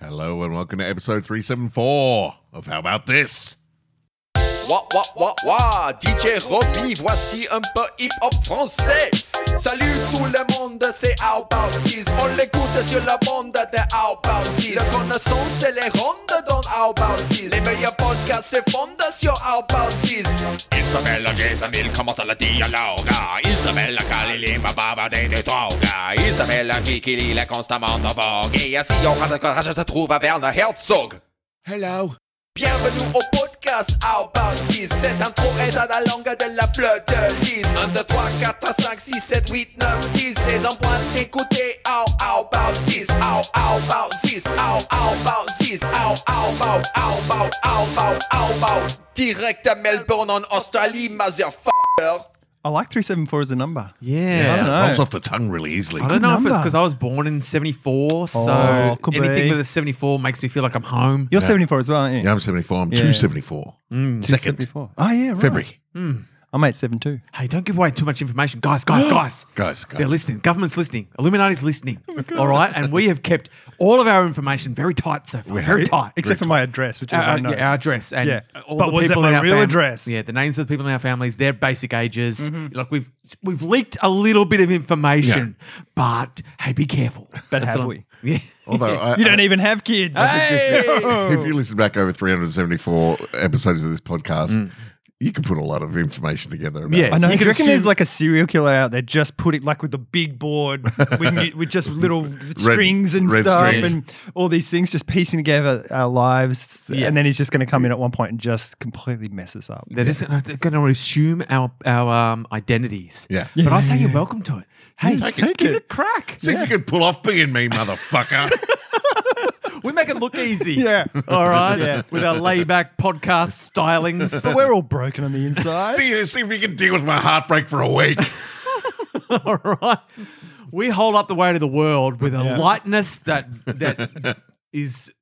Hello and welcome to episode 374 of How About This? Wah, wah, wah, wah, DJ Robbie, voici un peu hip-hop français. Salut tout le monde, c'est How About This. On l'écoute sur la bande de How About This. La connaissance, c'est les rondes dans How About This. Les meilleurs podcasts se fondent sur How About This. Il s'appelle Jason, il commence à la dialoga. Il s'appelle Khalil, il va bavarder des toga. Il s'appelle Kikil, il est constamment en vogue. Et ainsi, on rend le courage, se trouve à Werner Herzog. Hello. Bienvenue au podcast How About This. Cette intro est dans la langue de la fleur de lys. 1, 2, 3, 4, 3, 5, 6, 7, 8, 9, 10. C'est en point d'écouter How How About This. How How About This. How How About This. How How About How About How About How About. Direct à Melbourne en Australie, motherfucker. I like 374 as a number. Yeah. I don't know. Rolls off the tongue really easily. I don't know if it's number. because I was born in 74, Oh, so could anything be. with a 74 makes me feel like I'm home. You're 74 as well, aren't you? Yeah, I'm 74. I'm Yeah. 274. Mm, Second 74. Oh, yeah, right. February. Hmm. I'm 872. Hey, don't give away too much information. Guys, guys, guys. Guys, guys. They're listening. Government's listening. Illuminati's listening. all right. And we have kept all of our information very tight so far. very tight. except for my address, which is our, very Uh, our- nice. yeah, our address and Yeah. all But the was it people in my our real fam- address? Yeah, the names of the people in our families, their basic ages. Like we've we've leaked a little bit of information, but hey, be careful. But That's have what I'm- Yeah. Although, I, You don't even have kids. Hey! if you listen back over 374 episodes of this podcast, Mm. you can put a lot of information together. About Yeah. it. I know. You Do could you reckon there's assume- like a serial killer out there just put Put it like with the big board with, mu- with just little strings and red stuff strings. and all these things, just piecing together our lives. Yeah. And then he's just going to come in at one point and just completely mess us up. They're just going to assume our our um, identities. Yeah. But I say you're welcome to it. Hey, Take give it. it a crack. See if you can pull off being me, motherfucker. We make it look easy. Yeah. All right. Yeah. With our layback podcast stylings. But we're all broken on the inside. see, see if you can deal with my heartbreak for a week. all right. We hold up the weight of the world with a Yeah. lightness that that is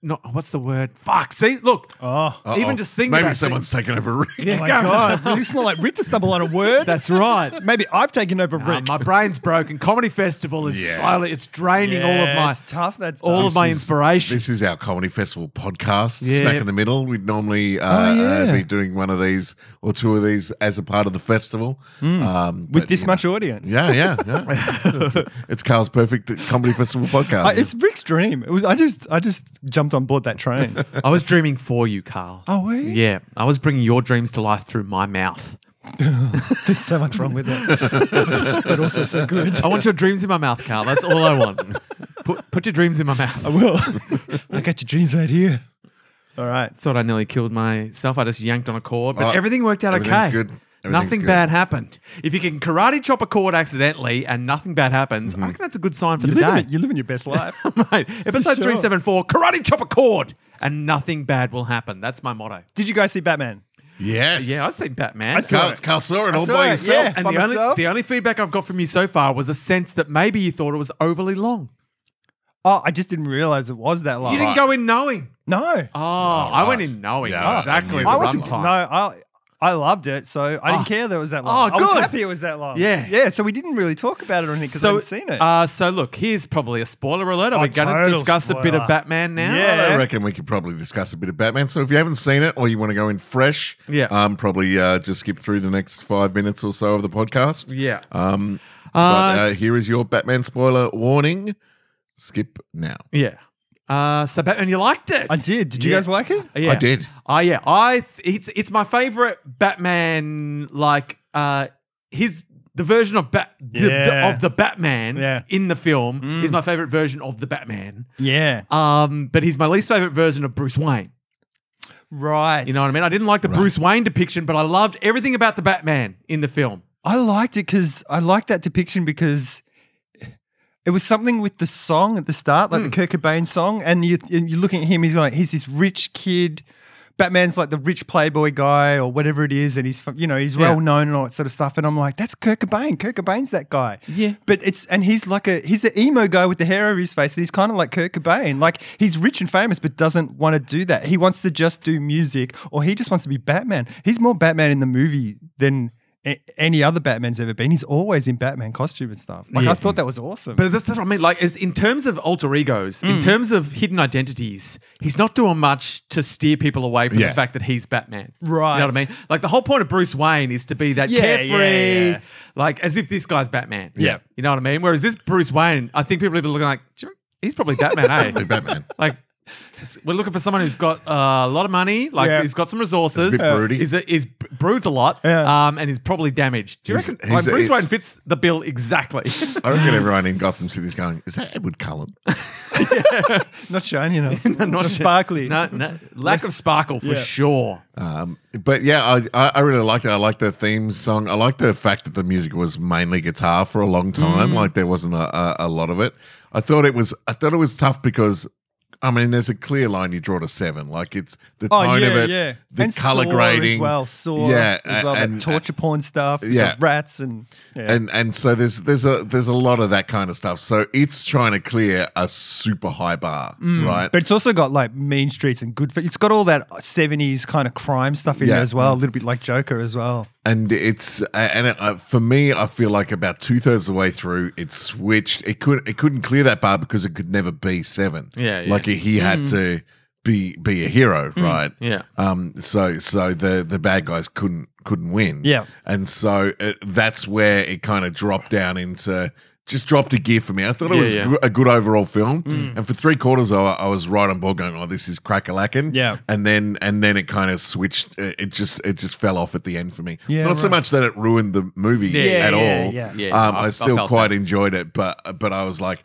not what's the word? Fuck. See, look. oh, oh Even Uh-oh. just thinking Maybe about it- someone's taken over Rick. Yeah, my go- God. It's not like Rick to stumble on a word. That's right. Maybe I've taken over Uh, Rick. my brain's broken. Comedy festival is Yeah. slowly it's draining all of Yeah, my It's tough. That's all tough. of my is- inspiration. This is our comedy festival podcast, Yeah. smack in the middle. We'd normally Oh, uh, uh, be doing one of these or two of these as a part of the festival. Um, Hmm. With but, this you much know. audience. Yeah, yeah, yeah. it's Carl's perfect comedy festival podcast. I, it's Rick's dream. It was. I just. I just jumped on board that train. I was dreaming for you, Carl. Oh, were you? Yeah, I was bringing your dreams to life through my mouth. There's so much wrong with that, but also so good. I want your dreams in my mouth, Carl. That's all I want. Put, put your dreams in my mouth. Well, I got your dreams right here. All right. Thought I nearly killed myself. I just yanked on a cord, but Oh, everything worked out everything's okay. good. Everything's nothing good. bad happened. If you can karate chop a cord accidentally and nothing bad happens, Mm-hmm. I think that's a good sign for You're the living, day. it- you're living your best life. Mate, episode sure. 374 Karate Chop a Cord and nothing bad will happen. That's my motto. Did you guys see Batman? yes. Yeah, I've seen Batman. I saw Carl, Carl saw it all saw by it, yourself. yeah. and by the only, myself? the only feedback I've got from you so far was a sense that maybe you thought it was overly long. Oh, I just didn't realize it was that long. You didn't go in knowing. no, Oh, I went in knowing Yeah, I exactly. knew the I wasn't. runtime. No, I. I loved it, so I Oh. didn't care that it was that long. Oh, I was good. happy it was that long. Yeah. yeah. So we didn't really talk about it or anything because I hadn't seen it. Uh, so look, here's probably a spoiler alert. Are Oh, we going to total discuss a bit spoiler. of Batman now? Yeah. I reckon we could probably discuss a bit of Batman. So if you haven't seen it or you want to go in fresh, Yeah. um, probably uh, just skip through the next five minutes or so of the podcast. Yeah. Um, but Uh, uh, here is your Batman spoiler warning. Skip now. yeah. Uh, so Batman, you liked it? I did. Did you yeah. guys like it? Yeah. I did. Oh yeah, I th- it's it's my favorite Batman. Like uh, his the version of Bat the- the- Yeah. of the Batman Yeah. in the film Mm. is my favorite version of the Batman. Yeah. Um, but he's my least favorite version of Bruce Wayne. Right. You know what I mean? I didn't like the Bruce Wayne depiction, but I loved everything about the Batman in the film. I liked it because I liked that depiction because it was something with the song at the start, Hmm. like the Kurt Cobain song, and you and you're looking at him. He's like he's this rich kid. Batman's like the rich playboy guy or whatever it is, and he's from- you know he's Yeah. well known and all that sort of stuff. And I'm like, that's Kurt Cobain. Kurt Cobain's that guy. Yeah. But it's and he's like a he's an emo guy with the hair over his face, and he's kind of like Kurt Cobain. Like he's rich and famous, but doesn't want to do that. He wants to just do music, or he just wants to be Batman. He's more Batman in the movie than a- any other Batman's ever been. He's always in Batman costume and stuff. Like Yeah. I thought that was awesome. But that's, that's what I mean. Like, is in terms of alter egos, in terms of hidden identities, he's not doing much to steer people away from Yeah. the fact that he's Batman. You know Right. what I mean? Like, the whole point of Bruce Wayne is to be that Yeah, yeah, carefree, yeah. like, as if this guy's Batman. Yeah. You know what I mean? Whereas this Bruce Wayne, I think people have been looking like, "Do you- he's probably Batman, eh? Batman. Like, we're looking for someone who's got uh, a lot of money, like, Yeah. he's got some resources. He's a bit broody. He's, a, he's broods a lot, Yeah. um, and he's probably damaged. Do you He's- reckon? he's like, a- Bruce Wayne fits the bill exactly. I reckon everyone in Gotham City's going, is that Edward Cullen? not shiny enough. not shiny. sparkly. No, no lack of sparkle for sure. Um, but yeah, I, I I really liked it. I liked the theme song. I liked the fact that the music was mainly guitar for a long time. Like there wasn't a, a, a lot of it. I thought it was. I thought it was tough because. I mean, there's a clear line you draw to seven. Like it's the Oh, tone yeah, of it, yeah. the and color Saw grading as well. Saw yeah, as well. and, the torture porn stuff. the yeah. rats and yeah. and and so there's there's a there's a lot of that kind of stuff. So it's trying to clear a super high bar, Mm. right? But it's also got like mean streets and good. It's got all that '70s kind of crime stuff in Yeah. Mm. there as well, a little bit like Joker as well. and it's and it, uh, for me, I feel like about two thirds of the way through, it switched. It could it couldn't clear that bar because it could never be seven. Yeah, yeah. like he had Mm-hmm. to be be a hero, right? yeah. Um. So so the the bad guys couldn't couldn't win. Yeah. And so uh that's where it kind of dropped down into. Just dropped a gear for me. I thought it Yeah, was yeah. gr- a good overall film, Mm. and for three quarters, I, I was right on board, going, "Oh, this is crackalackin'." Yeah. and then and then it kind of switched. It it just it just fell off at the end for me. Yeah, Not so right. much that it ruined the movie Yeah, at yeah, all. yeah. Yeah, um, I- I, I still felt quite that. enjoyed it, but but I was like,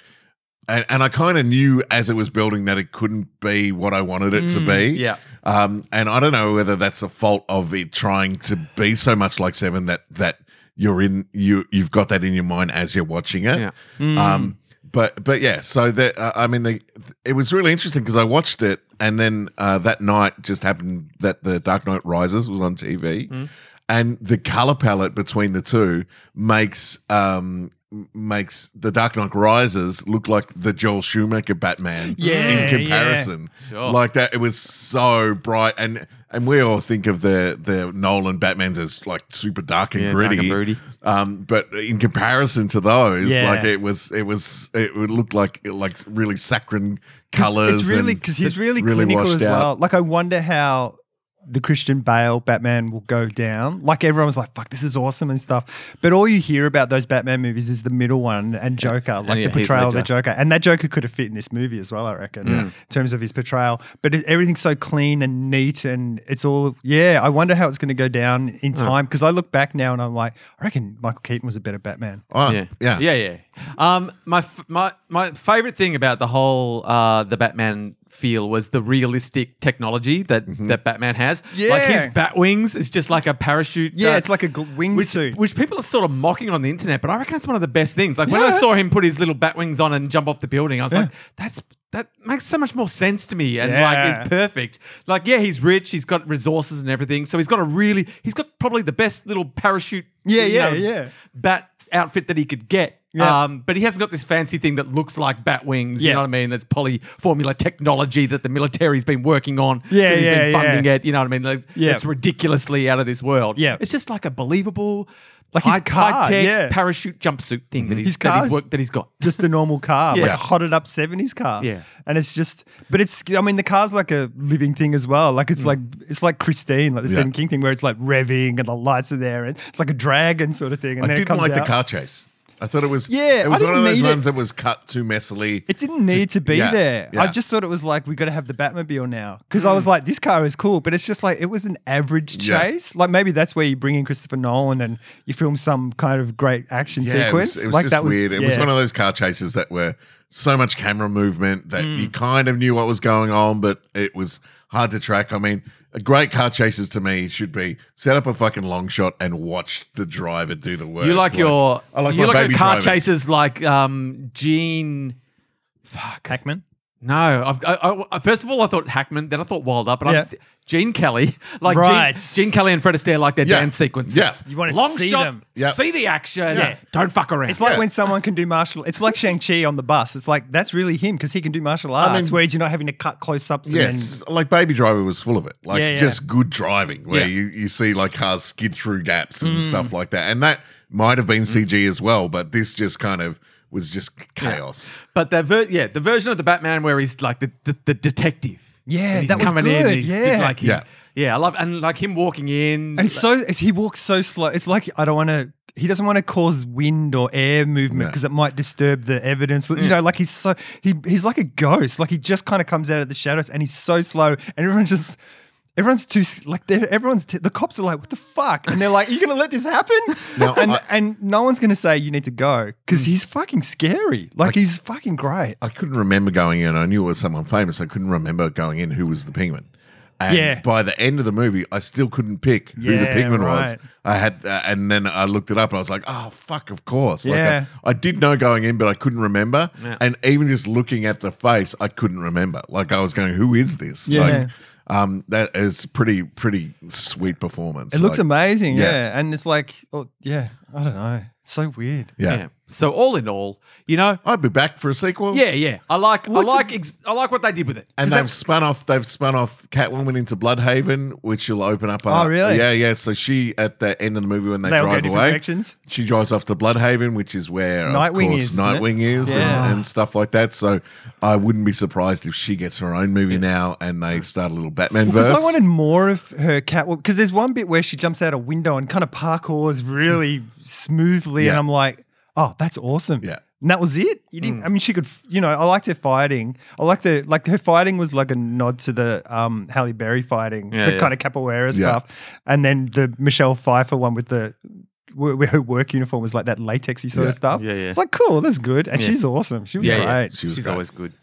and, and I kind of knew as it was building that it couldn't be what I wanted it to be. Mm, yeah. Um, and I don't know whether that's a fault of it trying to be so much like Seven that that you're in you you've got that in your mind as you're watching it. Yeah. Mm. Um, but but yeah, so that uh, I mean, the, it was really interesting because I watched it, and then uh, that night just happened that the Dark Knight Rises was on TV, Mm. and the color palette between the two makes um m- makes the Dark Knight Rises look like the Joel Schumacher Batman Yeah, in yeah. comparison. Sure. Like that, it was so bright, and and we all think of the the Nolan Batman's as like super dark and Yeah, dark and gritty, broody. um, but in comparison to those, Yeah. like it was, it was, it would look like like really saccharine colors. It's really because he's really, clinical as well. Like I wonder how the Christian Bale Batman will go down. Like everyone's like, "Fuck, this is awesome" and stuff. But all you hear about those Batman movies is the middle one and Joker, like yeah, the Heath portrayal of the Ledger. Joker. And that Joker could have fit in this movie as well, I reckon, in terms of his portrayal. But it, everything's so clean and neat, and it's all yeah. I wonder how it's going to go down in time because I look back now and I'm like, I reckon Michael Keaton was a better Batman. Oh, yeah, yeah, yeah, yeah, yeah. Um, my f- my my favorite thing about the whole uh the Batman feel was the realistic technology that that Batman has. like Mm-hmm. his Yeah. bat wings is just like a parachute. Yeah, uh, it's like a gl- which, wingsuit. which people are sort of mocking on the internet, but I reckon it's one of the best things. Like when I saw him put his little bat wings on and jump off the building, I was like, that's that makes so much more sense to me and like Yeah. is perfect. Like, yeah, he's rich, he's got resources and everything. So he's got a really he's got probably the best little parachute um, Yeah, you yeah, yeah. bat outfit that he could get. Yeah. Um, but he hasn't got this fancy thing that looks like bat wings. You Yeah. know what I mean? That's poly formula technology that the military's been working on. 'cause Yeah, he's been yeah, yeah. funding it. You know what I mean? Like, Yeah. It's ridiculously out of this world. Yeah. It's just like a believable, Like his high, car, high-tech yeah. Mm-hmm. parachute jumpsuit thing that he's, His that he's car's- worked that he's got. just a normal car, like Yeah. a hotted up seventies car. Yeah. and it's just, but it's, I mean, the car's like a living thing as well. Like Mm. it's like it's like Christine, like the Stephen Yeah. King thing, where it's like revving and the lights are there, and it's like a dragon sort of thing. And I then it didn't comes like the out. car chase. I thought it was, Yeah, it I was one didn't of those need it. ones that was cut too messily. It didn't need to, be yeah, there. I yeah. Mm. just thought it was like we got to have the Batmobile now because I was like, this car is cool, but it's just like it was an average Yeah. chase. Like maybe that's where you bring in Christopher Nolan and you film some kind of great action Yeah, it was- sequence. It was, like just that was weird. It was yeah. one of those car chases that were so much camera movement that Hmm. you kind of knew what was going on, but it was hard to track. I mean, a great car chases to me should be set up a fucking long shot and watch the driver do the work. You like your I like you my like your baby car drivers. chases like um Gene Hackman. No, I've, I, I- I- first of all, I thought Hackman. Then I thought Wild Up, and Yeah. I'm th- Gene Kelly, like Gene- Right. Gene, Kelly and Fred Astaire, like their Yeah. dance sequences. Yeah. You wanna long see shot, them. Yeah. see the action. Yeah. Don't fuck around. It's like Yeah. when someone can do martial. It's like Shang Chi on the bus. It's like that's really him because he can do martial arts. mean- whereas you're not having to cut close ups. Yes, like Baby Driver was full of it. Like Yeah, yeah. just good driving, where Yeah. Hmm. you, you see like cars skid through gaps and stuff like that. And that might have been CG as well, but this just kind of was just chaos. but the ver- yeah, the version of the Batman where he's like the the, the detective. Yeah, And he's that was coming In good, and he's yeah. like he's, Yeah. yeah, I love and like him walking in. and it's so it's, he walks so slow. It's like I don't want to. He doesn't want to cause wind or air movement No. because it might disturb the evidence. Mm. You know, like he's so he he's like a ghost. Like he just kind of comes out of the shadows and he's so slow. And everyone's just everyone's too s- like they're- everyone's t- the cops are like, what the fuck? And they're like, you gonna let this happen? Now, and I- Mm. and no one's gonna say you need to go because he's fucking scary. Like he's fucking great. I couldn't remember going in. I knew it was someone famous. I couldn't remember going in who was the penguin. And Yeah. by the end of the movie, I still couldn't pick who the Yeah, penguin was. right. I had, uh, and then I looked it up, and I was like, "Oh fuck, of course!" Like Yeah. I, I did know going in, but I couldn't remember. Yeah. And even just looking at the face, I couldn't remember. Like I was going, "Who is this?" Yeah. Like, um, that is pretty, pretty sweet performance. It looks Like, amazing, Yeah. yeah. And it's like, oh yeah, I don't know. It's so weird. Yeah. So all in all, you know, I'd be back for a sequel. yeah, yeah, I like What's I like it- ex- I like what they did with it. And 'Cause they've that- spun off. They've spun off Catwoman into Bloodhaven, which will open up. Oh, really? Yeah, yeah. So she at the end of the movie when they, They all go drive different away, directions. she drives off to Bloodhaven, which is where Nightwing of course, is, isn't it? Nightwing is, and- Yeah. and, stuff like that. So I wouldn't be surprised if she gets her own movie now, and they start a little Batman Because verse. I wanted more of her cat. Because there's one bit where she jumps out a window and kind of parkours really smoothly, Yeah. and I'm like, oh, that's awesome. Yeah. Mm. And that was it. You didn't. I mean, she could. f- You know, I liked her fighting. I liked the like her fighting was like a nod to the um Halle Berry fighting, Yeah, the yeah. kind of capoeira Yeah. stuff, and then the Michelle Pfeiffer one with the. Where where her work uniform was like that latexy sort Yeah. of stuff. Yeah, yeah. It's like cool. That's good, and she's awesome. She was Yeah, yeah. great. She was She's great. always good.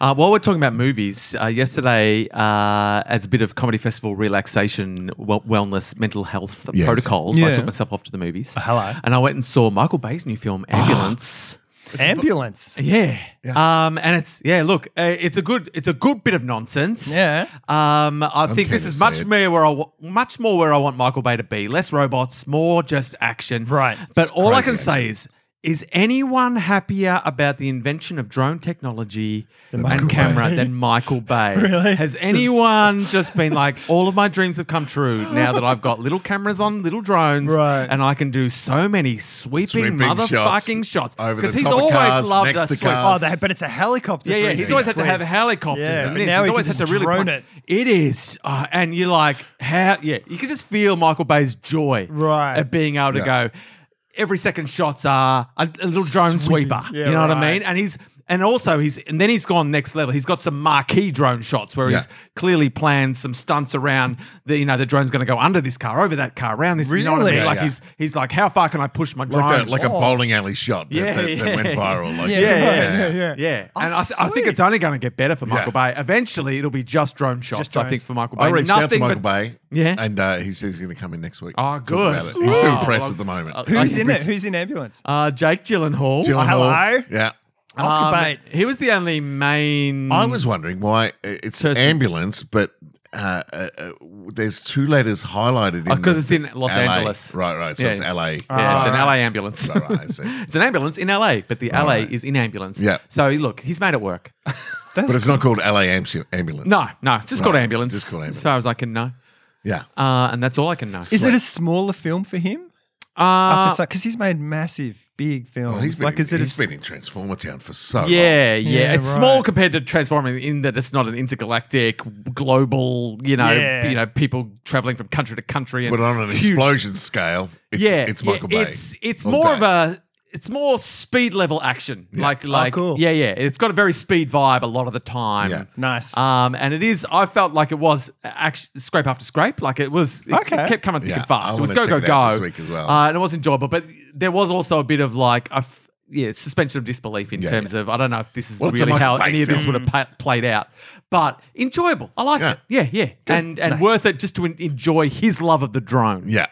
Uh, while we're talking about movies, uh, yesterday, uh, as a bit of comedy festival relaxation, well- wellness, mental health Yes. protocols, I Yeah. took myself off to the movies. hello. And I went and saw Michael Bay's new film, Ah. Ambulance. Ambulance. Yeah. Um, and it's yeah. Look, uh, it's a good it's a good bit of nonsense. Yeah. Um, I think kinda this is much sad. more where I wa- much more where I want Michael Bay to be. Less robots, more just action. Right. But all I crazy can say is. Is anyone happier about the invention of drone technology Michael and camera Bay. than Michael Bay? Really? Has Just- anyone just... been like, all of my dreams have come true now that I've got little cameras on little drones Right. and I can do so many Sweeping sweeping, shots motherfucking shots? over the Because he's top of always cars, loved next us to sweep- cars. Oh, they, but it's a helicopter. yeah, yeah. for his He's always had to have sweeps. helicopters. Yeah, and but this. now he's he always can had to just really drone plan- it. It is, uh, and you're like, how? Yeah, you can just feel Michael Bay's joy, Right. at being able to Yeah. go. Every second shots are a, a little drone Sweeping. sweeper. Yeah, you know what I right. mean? And he's. And also, he's and then he's gone next level. He's got some marquee drone shots where Yeah. he's clearly planned some stunts around the you know the drone's going to go under this car, over that car, around this. You know what I Really? mean? Yeah, like yeah. he's he's like, how far can I push my drone? like, that, like a bowling alley shot that, Yeah, that, that yeah. went viral. Like, Yeah, yeah, yeah, yeah. yeah. Yeah, Oh, and I, th- I think it's sweet. only going to get better for Yeah. Michael Bay. Eventually, it'll be just drone shots. I drones. think for Michael Bay, I reached out to Nothing Michael but- Bay, Yeah. and uh, he says he's going to come in next week. Oh, Talk good. about it. He's doing Wow. press Well, at the moment. uh, Who's I- in it? Who's in ambulance? Uh, Jake Gyllenhaal. Gyllenhaal. hello? Yeah. Oscar Um, Bate. He was the only main. I was wondering why uh, it's Person. ambulance, but uh, uh, uh, there's two letters highlighted in Oh, 'cause the- it's in Los LA. Angeles. right? Right, so Yeah. Ah. it's LA. Yeah, it's an Uh, LA ambulance. Right, right, I see. it's an ambulance in LA, but the LA is in ambulance. Yeah. So look, he's made it work. but it's not called LA ambu- ambulance. No, no, it's just Right. called ambulance. Just called As far as I can know, yeah, uh, and that's all I can know. Is it a smaller film for him? Uh, After because he's made massive, big films. well, Oh, he's been, like, is it a he's s- been in Transformer Town for so long. Yeah, yeah. Yeah, it's small right. compared to Transforming in that it's not an intergalactic, global, you know, Yeah. you know, people traveling from country to country and but on an huge- explosion scale, it's, yeah, it's yeah, Michael Bay. It's it's all more day. of a it's more speed level action. Like like Oh, cool. yeah, yeah. It's got a very speed vibe a lot of the time. Yeah. nice? Um, and it is. I felt like it was action, scrape after scrape. Like it was. It Okay. kept coming thick Yeah, and fast. I it was wanna go go check it out go this week as well. Uh, and it was enjoyable, but there was also a bit of like a f- yeah suspension of disbelief in Yeah, terms of I don't know if this is Well, it's a really Michael how Bay any of this film. would have pa- played out, but enjoyable. I liked Yeah. it. Yeah, yeah, and and worth it just to en- enjoy his love of the drone. yeah.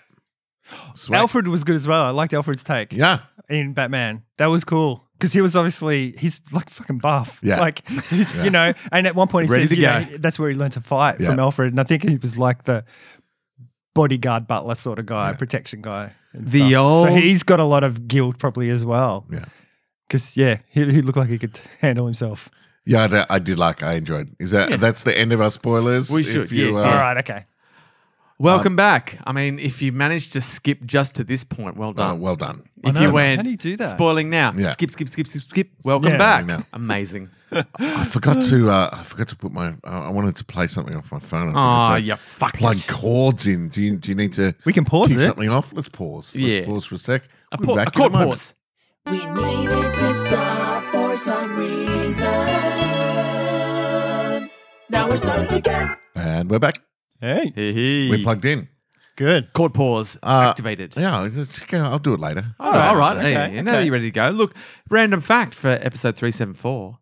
Sweet. Alfred was good as well. I liked Alfred's take Yeah. in Batman. That was cool. because he was obviously he's like fucking buff. Yeah. like he's you know. And at one point he Ready says, to you know, go. he- that's where he learned to fight Yeah. from Alfred, and I think he was like the bodyguard butler sort of guy, protection guy. and The stuff. so old- he's got a lot of guilt probably as well. Yeah. because yeah, he, he looked like he could handle himself. Yeah, I, d- I did like. I enjoyed. Is that that's the end of our spoilers? We If should, you, yes, uh, yeah. All right, okay. Welcome Um, back. I mean, if you managed to skip just to this point, well uh, done. well done. if know. you went, How do you do that? Spoiling now. Yeah. Skip, skip, skip, skip, skip. Welcome Yeah. back. Now. Amazing. I forgot to. Uh, I forgot to put my. I I wanted to play something off my phone. I forgot Oh, to you fucked Plug it. chords in. Do you do you need to? We can pause kick it. something off. Let's pause. Let's Yeah. pause for a sec. A, We'll be pa- back a in court moment. pause. We needed to stop for some reason. Now we're starting again. And we're back. Hey, Hee hee. We're plugged in. good. Court pause Uh, activated. Yeah, it's- okay, I'll do it later. Oh, all right. okay, Yeah, yeah, Now that okay. you're ready to go. Look, random fact for episode 374.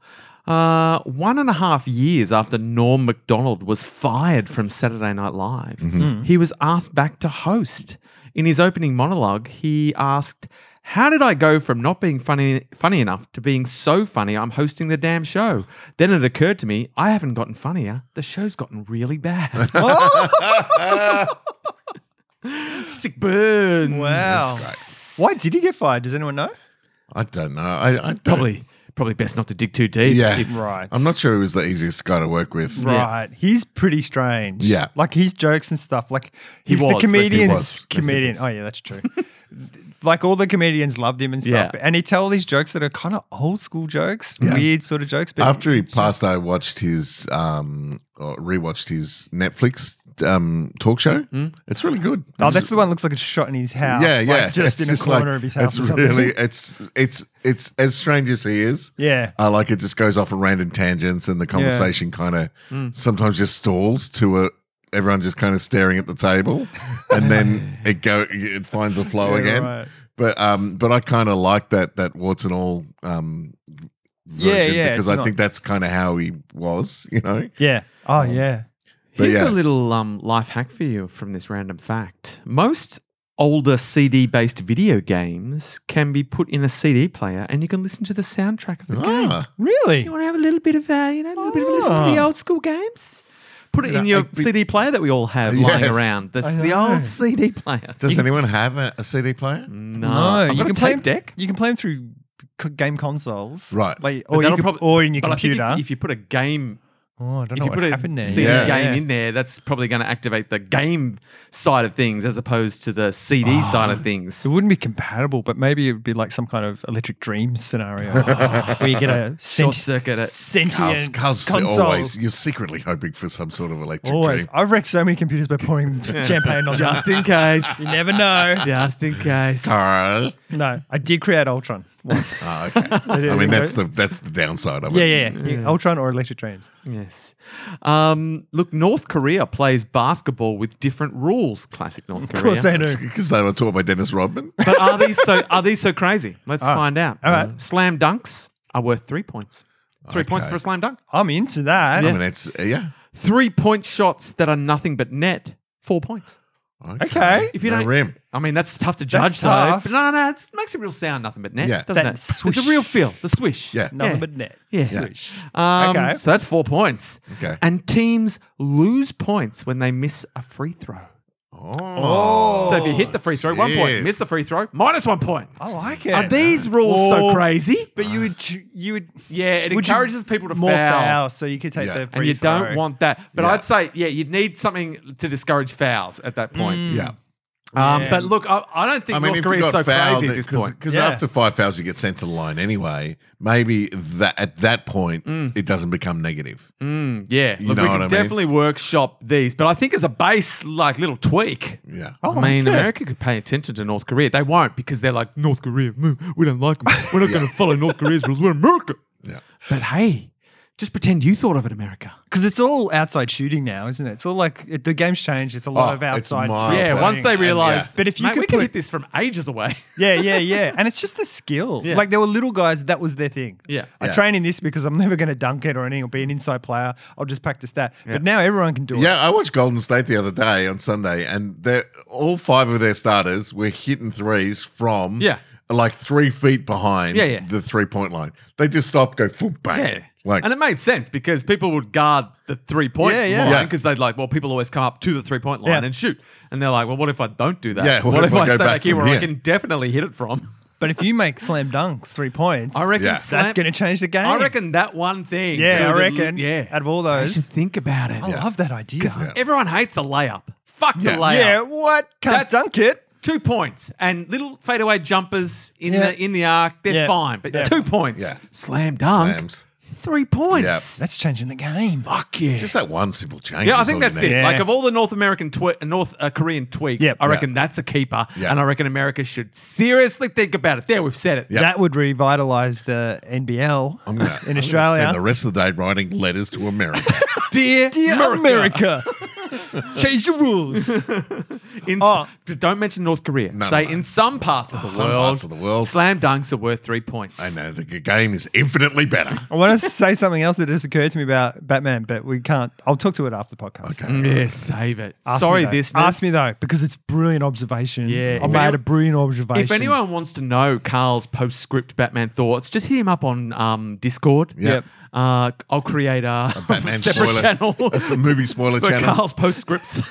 Uh, one and a half years after Norm MacDonald was fired from Saturday Night Live, Mm-hmm. he was asked back to host. In his opening monologue, he asked, How did I go from not being funny, funny enough to being so funny I'm hosting the damn show? Then it occurred to me, I haven't gotten funnier. The show's gotten really bad. Sick burns. Wow. Why did he get fired? Does anyone know? I don't know. I, I don't, Probably, probably best not to dig too deep. Yeah. If- Right. I'm not sure he was the easiest guy to work with. Right. He's pretty strange. Yeah. Like his jokes and stuff. Like he's was, the rest in peace. comedian's Rest in comedian. peace. Oh yeah, that's true. like all the comedians loved him and stuff. Yeah. And he tell these jokes that are kind of old school jokes, Yeah. weird sort of jokes. But oh, After he passed, I watched his um or rewatched his Netflix um talk show. Hmm? It's really good. Oh, It's- that's the one that looks like it's shot in his house. yeah, like, yeah. Just It's in a like- corner of his house. or It's something. really it's it's it's as strange as he is. Yeah. I like it just goes off on random tangents and the conversation kind of Mm. sometimes just stalls to a everyone just kind of staring at the table and then it go it finds a flow Yeah, again. right. But um but I kind of like that that warts and all um Yeah, version yeah, because it's I not- think that's kind of how he was, you know. Yeah. Oh yeah. But Here's yeah. a little um, life hack for you from this random fact. Most older CD based video games can be put in a CD player and you can listen to the soundtrack of the game. Ah, Really? You want to have a little bit of, uh, you know, a little bit of a listen to the Ah. old school games? Put it Yeah, in your I- we- CD player that we all have Yes. lying around. The, I the know. old CD player. does anyone have a, a CD player? no, No, I've you got a can play tape deck. You can play them through c- game consoles. Right. Like but or you that'll could, prob- or in your but I think computer. If, if you put a game oh, I don't if know you what put happened a there. CD Yeah. game in there, that's probably going to activate the game side of things as opposed to the CD side of things. Ah. It wouldn't be compatible, but maybe it would be like some kind of electric dream scenario where you get a Short senti- circuit it. Carl's, sentient Carl's console. always you're secretly hoping for some sort of electric Always. dream. I've wrecked so many computers by pouring champagne on Just them. in case. You never know. Just in case. Carl. No, I did create Ultron once. Ah, okay. I mean that's the that's the downside of it. yeah, yeah, yeah. Ultron or electric dreams. Yes. Um, look, North Korea plays basketball with different rules. Classic North Korea. Of course they do. Because they were taught by Dennis Rodman. But are these so? Are these so crazy? Let's find out. Ah. all right. Slam dunks are worth three points. Three points Okay. for a slam dunk. I'm into that. I mean, it's uh, yeah. Three point shots that are nothing but net. Four points. Okay. If you No don't, rim. I mean, that's tough to That's judge, tough. though. But no, no, it makes a real sound, nothing but net, Yeah. doesn't That it? swish. There's a real feel, the swish. Yeah. Nothing but net. Yeah. Swish. Um, Okay. So that's four points. Okay. And teams lose points when they miss a free throw. Oh. so if you hit the free throw, one jeez. point. Miss the free throw, minus one point. I like it. Are these rules Oh. so crazy? But you would ch- you would Yeah, it Would you- encourages people to more foul. foul. so you could take Yeah. the And free And you throw. don't want that. But Yeah. I'd say, yeah, you'd need something to discourage fouls at that point. Mm, Yeah. Um, But look, I, I don't think I mean, North if you Korea got is so fouled, crazy at this point. because Yeah. after five fouls, you get sent to the line anyway. Maybe that at that point, it doesn't become negative. Mm, yeah, You look, know we what can I mean? definitely workshop these, but I think as a base, like little tweak. Oh, Yeah. Oh. I mean, America could pay attention to North Korea. They won't because they're like North Korea. mm, We don't like them. We're not going to follow North Korea's rules. We're America. Yeah. But hey, just pretend you thought of it, America. Because it's all outside shooting now, isn't it? It's all like it, the game's changed. It's a lot Oh, of it's outside. miles free yeah. outside. throwing. Once they And, yeah. realised, But if you "Mate, could we can put- hit this from ages away. Yeah, yeah, yeah. And it's just the skill. Yeah. Like there were little guys that was their thing. Yeah. I Yeah. train in this because I'm never going to dunk it or anything or be an inside player. I'll just practice that. But now everyone can do it. Yeah, I watched Golden State the other day on Sunday, and they're all five of their starters were hitting threes from Yeah. like three feet behind Yeah, yeah. the three point line. They just stop, go boom, bang. Yeah. Like and it made sense because people would guard the three point Yeah, yeah. line Yeah. because they'd like, well, people always come up to the three point line Yeah. and shoot. And they're like, well, what if I don't do that? Yeah, what, if, I go stay back back here from where I here? can definitely hit it from? But if you make slam dunks, three points, I reckon Yeah. slam- that's going to change the game. I reckon that one thing. Yeah, I could- reckon. Yeah. Out of all I should those, think about it. I love that idea. Everyone hates a layup. Fuck Yeah. the layup. Yeah, what? Can't That's- dunk it. Two points and little fadeaway jumpers in Yeah. the in the arc. They're Yeah. fine, but Yeah. two points. Yeah. Slam dunk. Slams. Three points. That's changing the game. Fuck yeah. just that one simple change. yeah, I is think all you that's it. need. Yeah. Like of all the North American, twe- North uh, Korean tweaks, Yep. I reckon that's a keeper, Yeah. and I reckon America should seriously think about it. There, we've said it. Yeah. That would revitalize the NBL I'm gonna, in I'm Australia. Gonna spend the rest of the day writing letters to America. Dear, Dear America, America, change the rules. In- Oh. don't mention North Korea. No, Say no, no. in some parts of the Some world, parts of the world. slam dunks are worth three points. I know the g- game is infinitely better. I want to say something else that just occurred to me about Batman, but we can't. I'll talk to it after the podcast. Okay. Yeah, save it. Ask Sorry, me, though. this. Ask me though, because it's brilliant observation. Yeah. I If made any- a brilliant observation. If anyone wants to know Carl's postscript Batman thoughts, just hit him up on um, Discord. Yep. Uh, I'll create a, Batman separate spoiler. channel. That's a movie spoiler for channel. Carl's postscripts.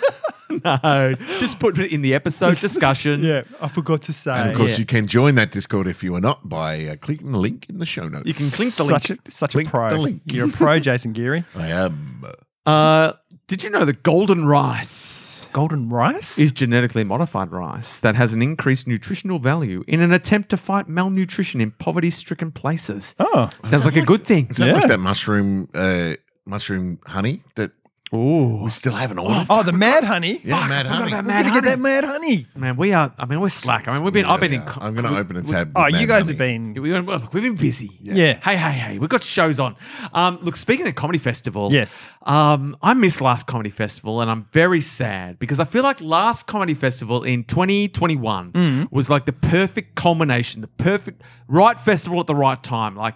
no, just put it in the episode discussion. yeah, I forgot to say. and of course, yeah. you can join that Discord if you are not by uh, clicking the link in the show notes. You can click the link. such a, such Link a pro. the link. You're a pro, Jason Geary. I am. Uh, did you know that golden rice Golden rice. is genetically modified rice that has an increased nutritional value in an attempt to fight malnutrition in poverty-stricken places? oh, Sounds like, a good thing. Is that Yeah. like that mushroom, uh, mushroom honey that Ooh. we still haven't ordered? oh, the mad honey. yeah, fuck, mad I forgot honey. about We're gonna Mad get that honey. mad honey. Man, we are. I mean, we're slack. I mean, we've been. I've been in. co- I'm going to open a tab. Oh, with you mad guys honey. have been. We, well, look, we've been busy. Yeah. Hey, hey, hey. We've got shows on. Um, look, speaking of Comedy Festival. Yes. Um, I missed last Comedy Festival and I'm very sad because I feel like last Comedy Festival in 2021 Mm. was like the perfect culmination, the perfect right festival at the right time. Like,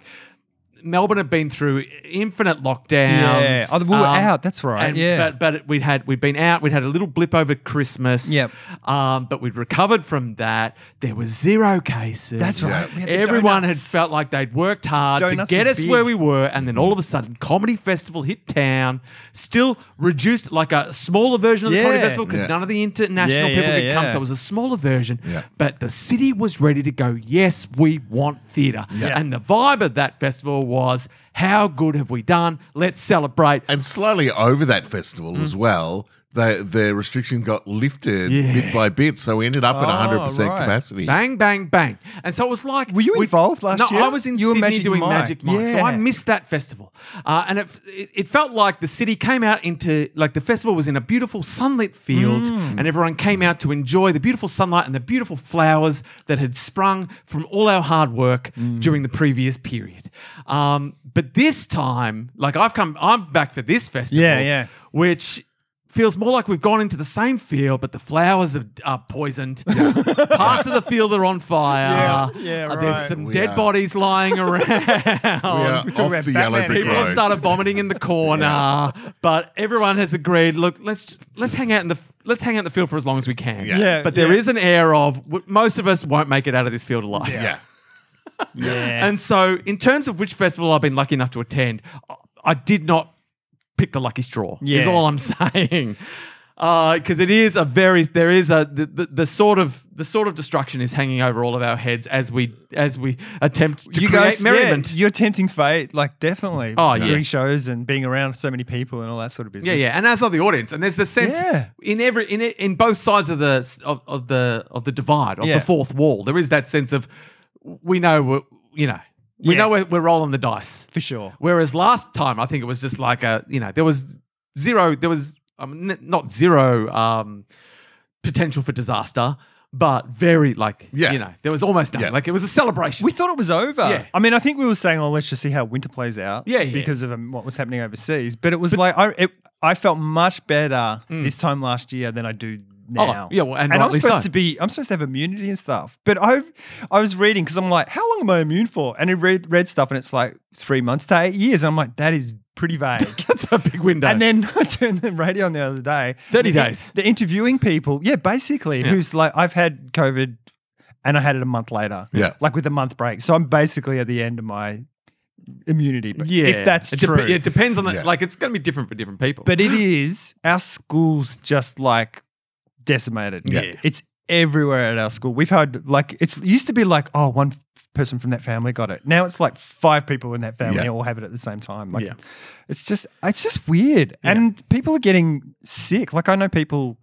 Melbourne had been through infinite lockdowns. Um, Yeah. Oh, we were out. That's right. and- Yeah. But, but we'd had we'd been out. We'd had a little blip over Christmas. Yep. Um, but we'd recovered from that. There was zero cases. That's right. We had the Everyone had donuts. felt like they'd worked hard Donuts to get was us where big. we were, and then all of a sudden, comedy festival hit town. Still reduced, like a smaller version of the comedy Yeah. festival because Yeah. none of the international Yeah, people yeah, could come, yeah. so it was a smaller version. Yeah. But the city was ready to go. Yes, we want theatre, and the vibe of that festival was. How good have we done? Let's celebrate. And slowly over that festival Hmm. as well, the the restriction got lifted Yeah. Oh, bit by bit, so we ended up at 100 percent right. capacity. Bang, bang, bang. And so it was like. Were you we- involved last no, year? I was in You were Sydney Magic doing Mike. Magic Mike. So I Yeah. missed that festival. Uh, and it, it, it felt like the city came out into, like the festival was in a beautiful sunlit field Mm. and everyone came out to enjoy the beautiful sunlight and the beautiful flowers that had sprung from all our hard work Mm. during the previous period. Um, but this time, like I've come, I'm back for this festival. Yeah, yeah. Which feels more like we've gone into the same field, but the flowers have, are poisoned. Parts of the field are on fire. Yeah, yeah, Uh, There's right. some We dead are- bodies lying We are around. talking off about the yellow Batman brick People have road. started vomiting in the corner, but everyone has agreed. Look, let's let's hang out in the let's hang out in the field for as long as we can. Yeah. Yeah, but there yeah. is an air of w- most of us won't make it out of this field alive. yeah. Yeah. And so, in terms of which festival I've been lucky enough to attend, I- I did not pick the lucky straw. Yeah. Is all I'm saying. Because it is a very there is a the, the, the sort of the sort of destruction is hanging over all of our heads as we as we attempt to create merriment. Yeah, you're tempting fate, like definitely. Oh, doing yeah. shows and being around so many people and all that sort of yeah, business. yeah, and as are the audience, and there's the sense Yeah. in every in it- in both sides of the of, of the of the divide of Yeah. the fourth wall. There is that sense of we know we're, you know we Yeah. know we're, we're rolling the dice for sure. Whereas last time, I think it was just like a you know there was zero, there was um, n- not zero um, potential for disaster, but very like Yeah. you know there was almost none. Yeah. Like it was a celebration. We thought it was over. Yeah. I mean, I think we were saying, "Oh, let's just see how winter plays out." Yeah, yeah. Because of um, what was happening overseas, but it was like I, it, I felt much better this time last year than I do now. Mm. Oh, yeah, well, and I'm rightly supposed so. to be, I'm supposed to have immunity and stuff. But I, I was reading because I'm like, how long am I immune for? And I read read stuff, and it's like three months to eight years. I'm like, that is pretty vague. That's a big window. And then I turned the radio on the other day. 30 The- days. They're interviewing people. Yeah, basically, who's like, I've had COVID and I had it a month later. Yeah. Like with a month break. So I'm basically at the end of my immunity. But Yeah, If that's it dep- true. it depends on the Yeah. like. It's going to be different for different people. But it is our school's just like decimated. Yeah. Yeah. It's everywhere at our school. We've had like it's it used to be like, oh, one f- person from that family got it. Now it's like five people in that family Yeah. all have it at the same time. Like Yeah. it's just it's just weird. And people are getting sick. Like I know people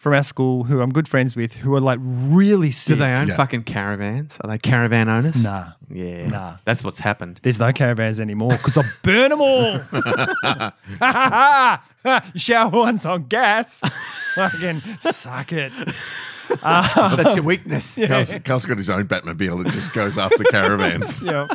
from our school who I'm good friends with who are like really do sick. they own Yeah. fucking caravans? Are they caravan owners? Nah. Yeah, Nah. That's what's happened. There's no caravans anymore because I burn them all. You Shower once on gas. Fucking suck it. Uh, That's your weakness. Carl's, Carl's got his own Batmobile that just goes after caravans. yeah.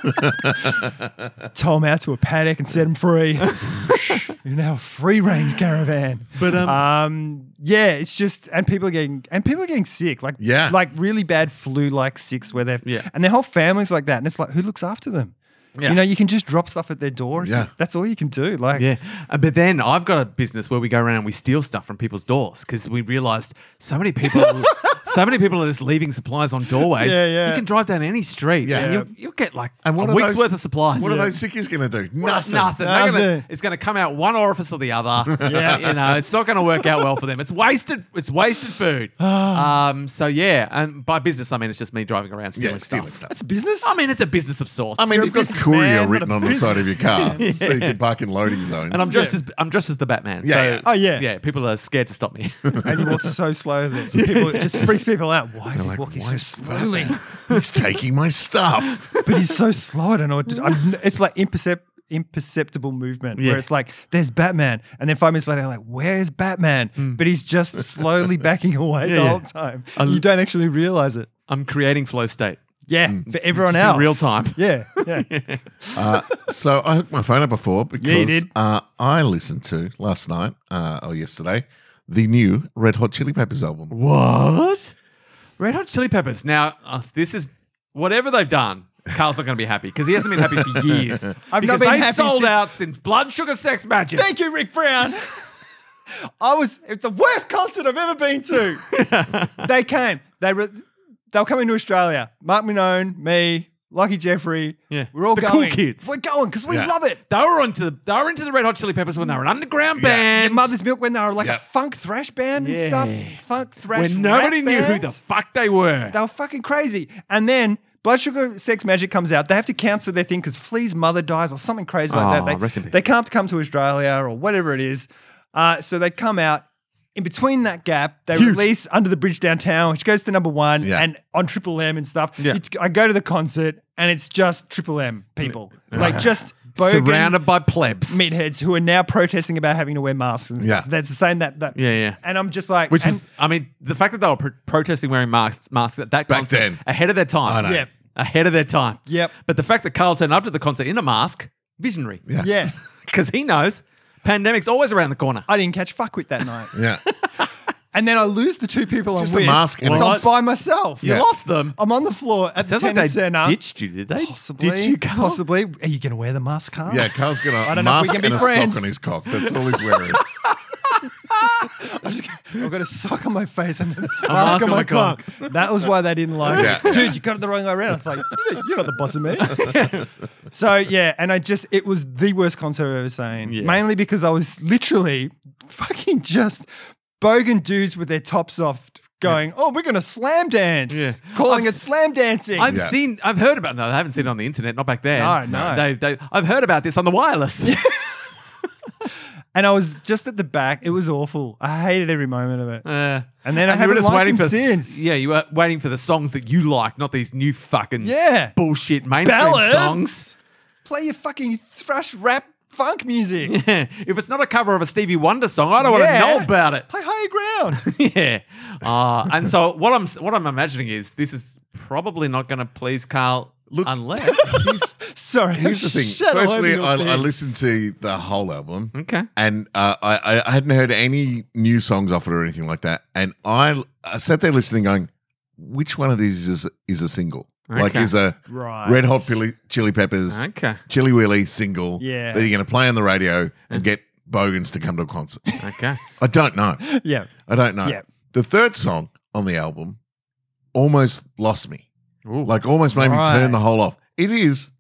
Tow him out to a paddock and set him free. You're now a free range caravan. But um, yeah, it's just and people are getting and people are getting sick. Like Yeah. like really bad flu like six where they're Yeah. and their whole family's like that. And it's like who looks after them? Yeah. You know, you can just drop stuff at their door. Yeah. That's all you can do. Like Yeah. Uh, But then I've got a business where we go around and we steal stuff from people's doors because we realized so many people so many people are just leaving supplies on doorways. Yeah, yeah. You can drive down any street Yeah. and you'll, you'll get like And what a are week's those- worth of supplies. What Yeah. are those sickies going to do? Nothing. Nothing. They're gonna- Nothing. it's going to come out one orifice or the other. yeah. You know, it's not going to work out well for them. It's wasted. It's wasted food. um. So yeah, and by business I mean it's just me driving around stealing Yeah, stuff. stealing stuff. It's business. I mean, it's a business of sorts. I mean, you've got businessman, courier not a written on the side of your car, so you can park in loading zones. and I'm dressed as I'm dressed as the Batman. Yeah, so, yeah. Oh, yeah. yeah. People are scared to stop me. and you walk so slowly. So people, it just freaks people out. Why is he walking so slowly? He's taking my stuff. but he's so slow. I don't know. What to, I'm, it's like impercep- imperceptible movement Yeah. where it's like, there's Batman. And then five minutes later, like, where's Batman? But he's just slowly backing away the Hmm. yeah. whole time. I l- you don't actually realize it. I'm creating flow state. Yeah, for everyone Hmm. Just else. in real time. Yeah, yeah. Uh, so I hooked my phone up before because you did. Uh, I listened to last night uh, or yesterday the new Red Hot Chili Peppers album. What? Red Hot Chili Peppers. Now, uh, this is whatever they've done. Carl's not going to be happy because he hasn't been happy for years. not because been they happy sold since- out since Blood Sugar Sex Magic. Thank you, Rick Brown. I was it was the worst concert I've ever been to. they came. They were they'll come into Australia. Mark Minone, me, Lucky Jeffrey. Yeah. We're all The cool going. kids. We're going because we Yeah. love it. they were onto the, they were into the Red Hot Chili Peppers when they were an underground band Your Mother's Milk when they were like Yeah. a funk thrash band and Yeah. stuff. Funk thrash. when nobody rap knew who band. the fuck they were. They were fucking crazy. And then Blood Sugar Sex Magic comes out. They have to cancel their thing because Flea's mother dies or something crazy like Oh, that. They, rest in peace. they can't come to Australia or whatever it is. Uh, so they come out. In between that gap, they release Under the Bridge Downtown, which goes to number one Yeah. and on Triple M and stuff. Yeah. You- I go to the concert and it's just Triple M people. Like just bogan Surrounded by plebs. meatheads who are now protesting about having to wear masks and stuff. Yeah. That's the same that, that Yeah, yeah. And I'm just like Which and- was, I mean, the fact that they were pro- protesting wearing masks, masks at that Back concert, then. ahead of their time. I know. Yeah. Ahead of their time. Yep. But the fact that Carl turned up to the concert in a mask, visionary. Yeah. Yeah. Because he knows pandemic's always around the corner. I didn't catch fuck with that night. Yeah, And then I lose the two people Just I'm the with. mask and so a I'm mask. by myself. You Yeah. lost them. I'm on the floor at Sounds the like they tennis center. ditched you, did they? Possibly. Did you, Carl? Possibly. Are you going to wear the mask, Carl? yeah. Carl's got I a don't know if we mask can be and a friends. sock on his cock. That's all he's wearing. I'm just, I've got a sock on my face and a mask, mask on my cock. That was why they didn't like Yeah. it. Dude, you got it the wrong way around. I was like, "You- you're not the boss of me. so, yeah. And I just, it was the worst concert I've ever seen. Yeah. Mainly because I was literally fucking just bogan dudes with their tops off going, oh, we're going to slam dance. Yeah. Calling I've- it slam dancing. I've Yeah. seen, I've heard about. No, I haven't seen it on the internet. Not back then. No, no. They, they, I've heard about this on the wireless. And I was just at the back. It was awful. I hated every moment of it. Uh, And then I you were haven't just liked waiting them for since. Yeah, you were waiting for the songs that you like, not these new fucking Yeah. bullshit mainstream Ballads? songs. Play your fucking thrash rap funk music. Yeah. If it's not a cover of a Stevie Wonder song, I don't Yeah. want to know about it. Play higher ground. yeah. Uh, and so what I'm what I'm imagining is this is probably not going to please Carl unless Sorry. Here's the thing. Shut all Firstly, over your I, thing. I listened to the whole album. Okay. And uh, I, I- I hadn't heard any new songs off it or anything like that. And I, I sat there listening, going, which one of these is is a single? Like, Okay. is a Right. Red Hot Chili, Chili Peppers, Okay. Chili Willy single Yeah. that you're going to play on the radio and get Bogans to come to a concert? Okay. I don't know. Yeah. I don't know. Yeah. The third song on the album almost lost me. Like almost made Right. me turn the whole off. It is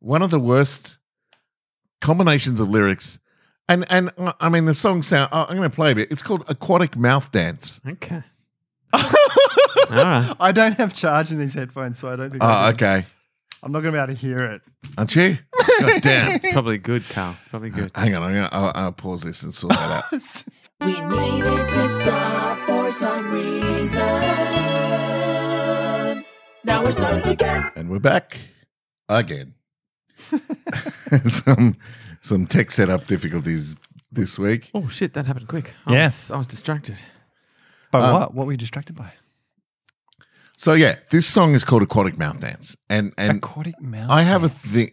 one of the worst combinations of lyrics. And and uh, I mean the song sound oh, I'm going to play a bit. It's called Aquatic Mouth Dance. Okay. All Ah. right. I don't have charge in these headphones, so I don't think Oh, I okay. am not going to be able to hear it. Aren't you? God damn. It's probably good, Carl. It's probably good. Hang on, I'm gonna, I'll, I'll pause this and sort that out. We needed to stop for some reason. Now we're starting again. And we're back again. some some tech setup difficulties this week. Oh shit, that happened quick. I Yeah. was, I was distracted. But Ah. what? What were you distracted by? So yeah, this song is called Aquatic Mouth Dance, and and Aquatic mouth. I have a thing,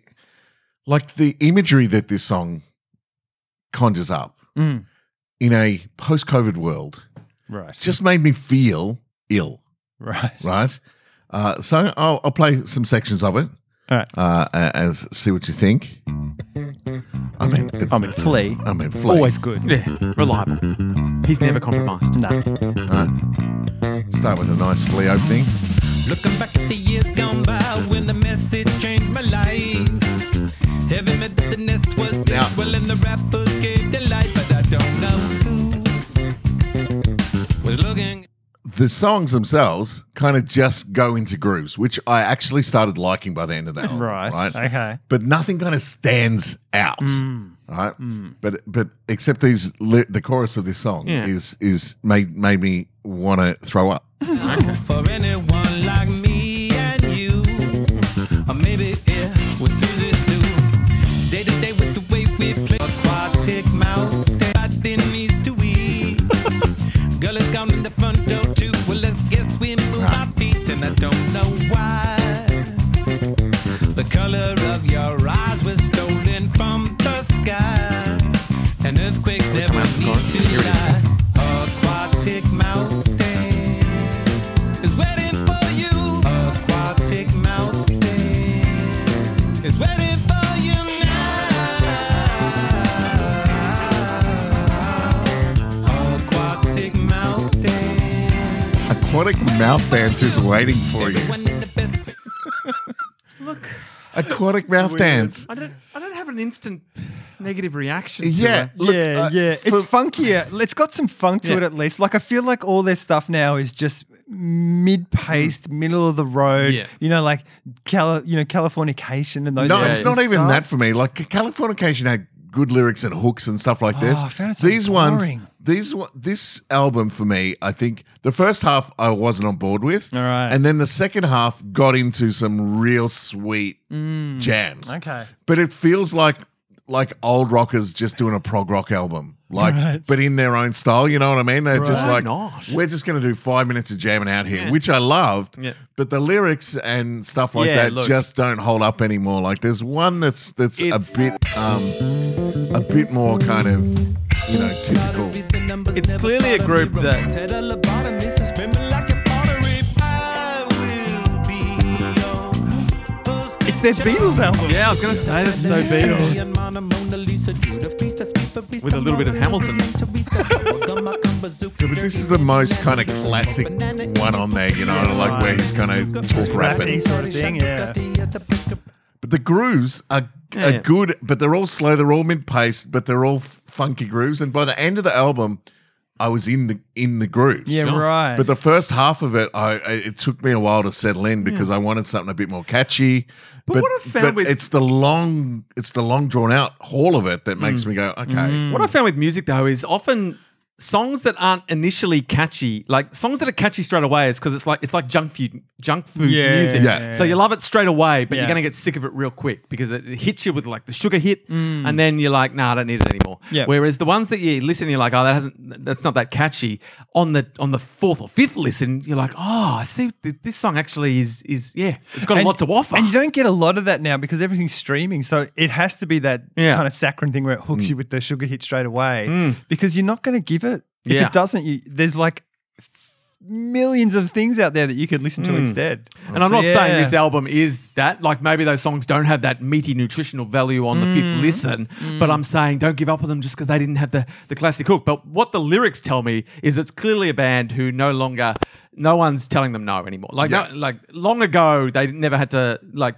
like the imagery that this song conjures up Mm. in a post-COVID world right. just made me feel ill, right. right? Uh, so I'll, I'll play some sections of it. All right. Uh, a- as see what you think. I mean, it's, I mean, Flea. I mean, Flea. Always good. Yeah, reliable. He's never compromised. No. Start with a nice flea opening. Looking back at the years gone by when the message changed my life. Heavy metal the nest was dead, Yeah. well, and the rappers gave delight, but I don't know who was looking. The songs themselves kind of just go into grooves, which I actually started liking by the end of that. album, Right. Right. Okay. Mm. But nothing kind of stands out. Right. But but except these li- the chorus of this song Yeah. is is made made me want to throw up. for anyone like me and you. Or maybe it was Susie Sue. Day to day with the way we play aquatic mouth. Everybody needs to eat. Girl is gone in the front door too. Well, let's guess we move our feet, and I don't know why. The color of your eyes was stolen from the sky. An earthquake's never out, need Scott. Here to it is. lie. Aquatic mountain is waiting for you. Aquatic mountain is waiting for you now. Aquatic mountain. Aquatic mouth dance is waiting for you. Everyone in the best. Look, Aquatic mouth dance. I don't. I don't have an instant negative reaction. Yeah. Look, yeah, uh, yeah. for- it's funkier. It's got some funk to Yeah. it at least. Like I feel like all their stuff now is just mid-paced, middle of the road. Mm. Yeah. You know, like Cali- you know, Californication and those. No, Yeah, it's yeah. not even stuff. that for me. Like Californication had good lyrics and hooks and stuff like this. Oh, I found it so these boring. ones, these one- this album for me, I think the first half I wasn't on board with. All right. and then the second half got into some real sweet jams. Mm. Okay. but it feels like like old rockers just doing a prog rock album, like but in their own style. You know what I mean? They're just Why like, not? we're just going to do five minutes of jamming out here, which I loved. Yeah. But the lyrics and stuff like Yeah, that look. just don't hold up anymore. Like there's one that's that's It's- a bit um a bit more kind of you know typical. It's clearly a group that- It's their Beatles album. Yeah, I was gonna say that's so Beatles. With a little bit of Hamilton. So, but this is the most kind of classic one on there, you know, like where he's kind of talk rapping. Sort of thing, yeah. But the grooves are, Yeah, are yeah. good, but they're all slow, they're all mid-paced, but they're all funky grooves. And by the end of the album, I was in the in the grooves. Yeah, Sure. right. But the first half of it, I I- it took me a while to settle in because I wanted something a bit more catchy. But, Hmm. what I found with- it's the long, it's the long drawn out haul of it that makes Hmm. me go, okay, What I found with music though is often songs that aren't initially catchy, like songs that are catchy straight away, is because it's like it's like junk food, junk food Yeah. music. Yeah. So you love it straight away, but you're Yeah. gonna get sick of it real quick because it it hits you with like the sugar hit, and then you're like, nah, I don't need it anymore. Yeah. Whereas the ones that you listen, you're like, oh, that hasn't, that's not that catchy. On the on the fourth or fifth listen, you're like, oh, I see, th- this song actually is is yeah, it's got a lot to offer. And you don't get a lot of that now because everything's streaming. So it has to be that Yeah. Mm. kind of saccharine thing where it hooks you with the sugar hit straight away because you're not going to give it. If Yeah. it doesn't, you, there's like f- millions of things out there that you could listen to instead. Mm. And I'm So, not saying this yeah. album is that. Like maybe those songs don't have that meaty nutritional value on the Mm. fifth listen, but I'm saying don't give up on them just because they didn't have the, the classic hook. But what the lyrics tell me is it's clearly a band who no longer, no one's telling them no anymore. Like, no, like long ago, they never had to like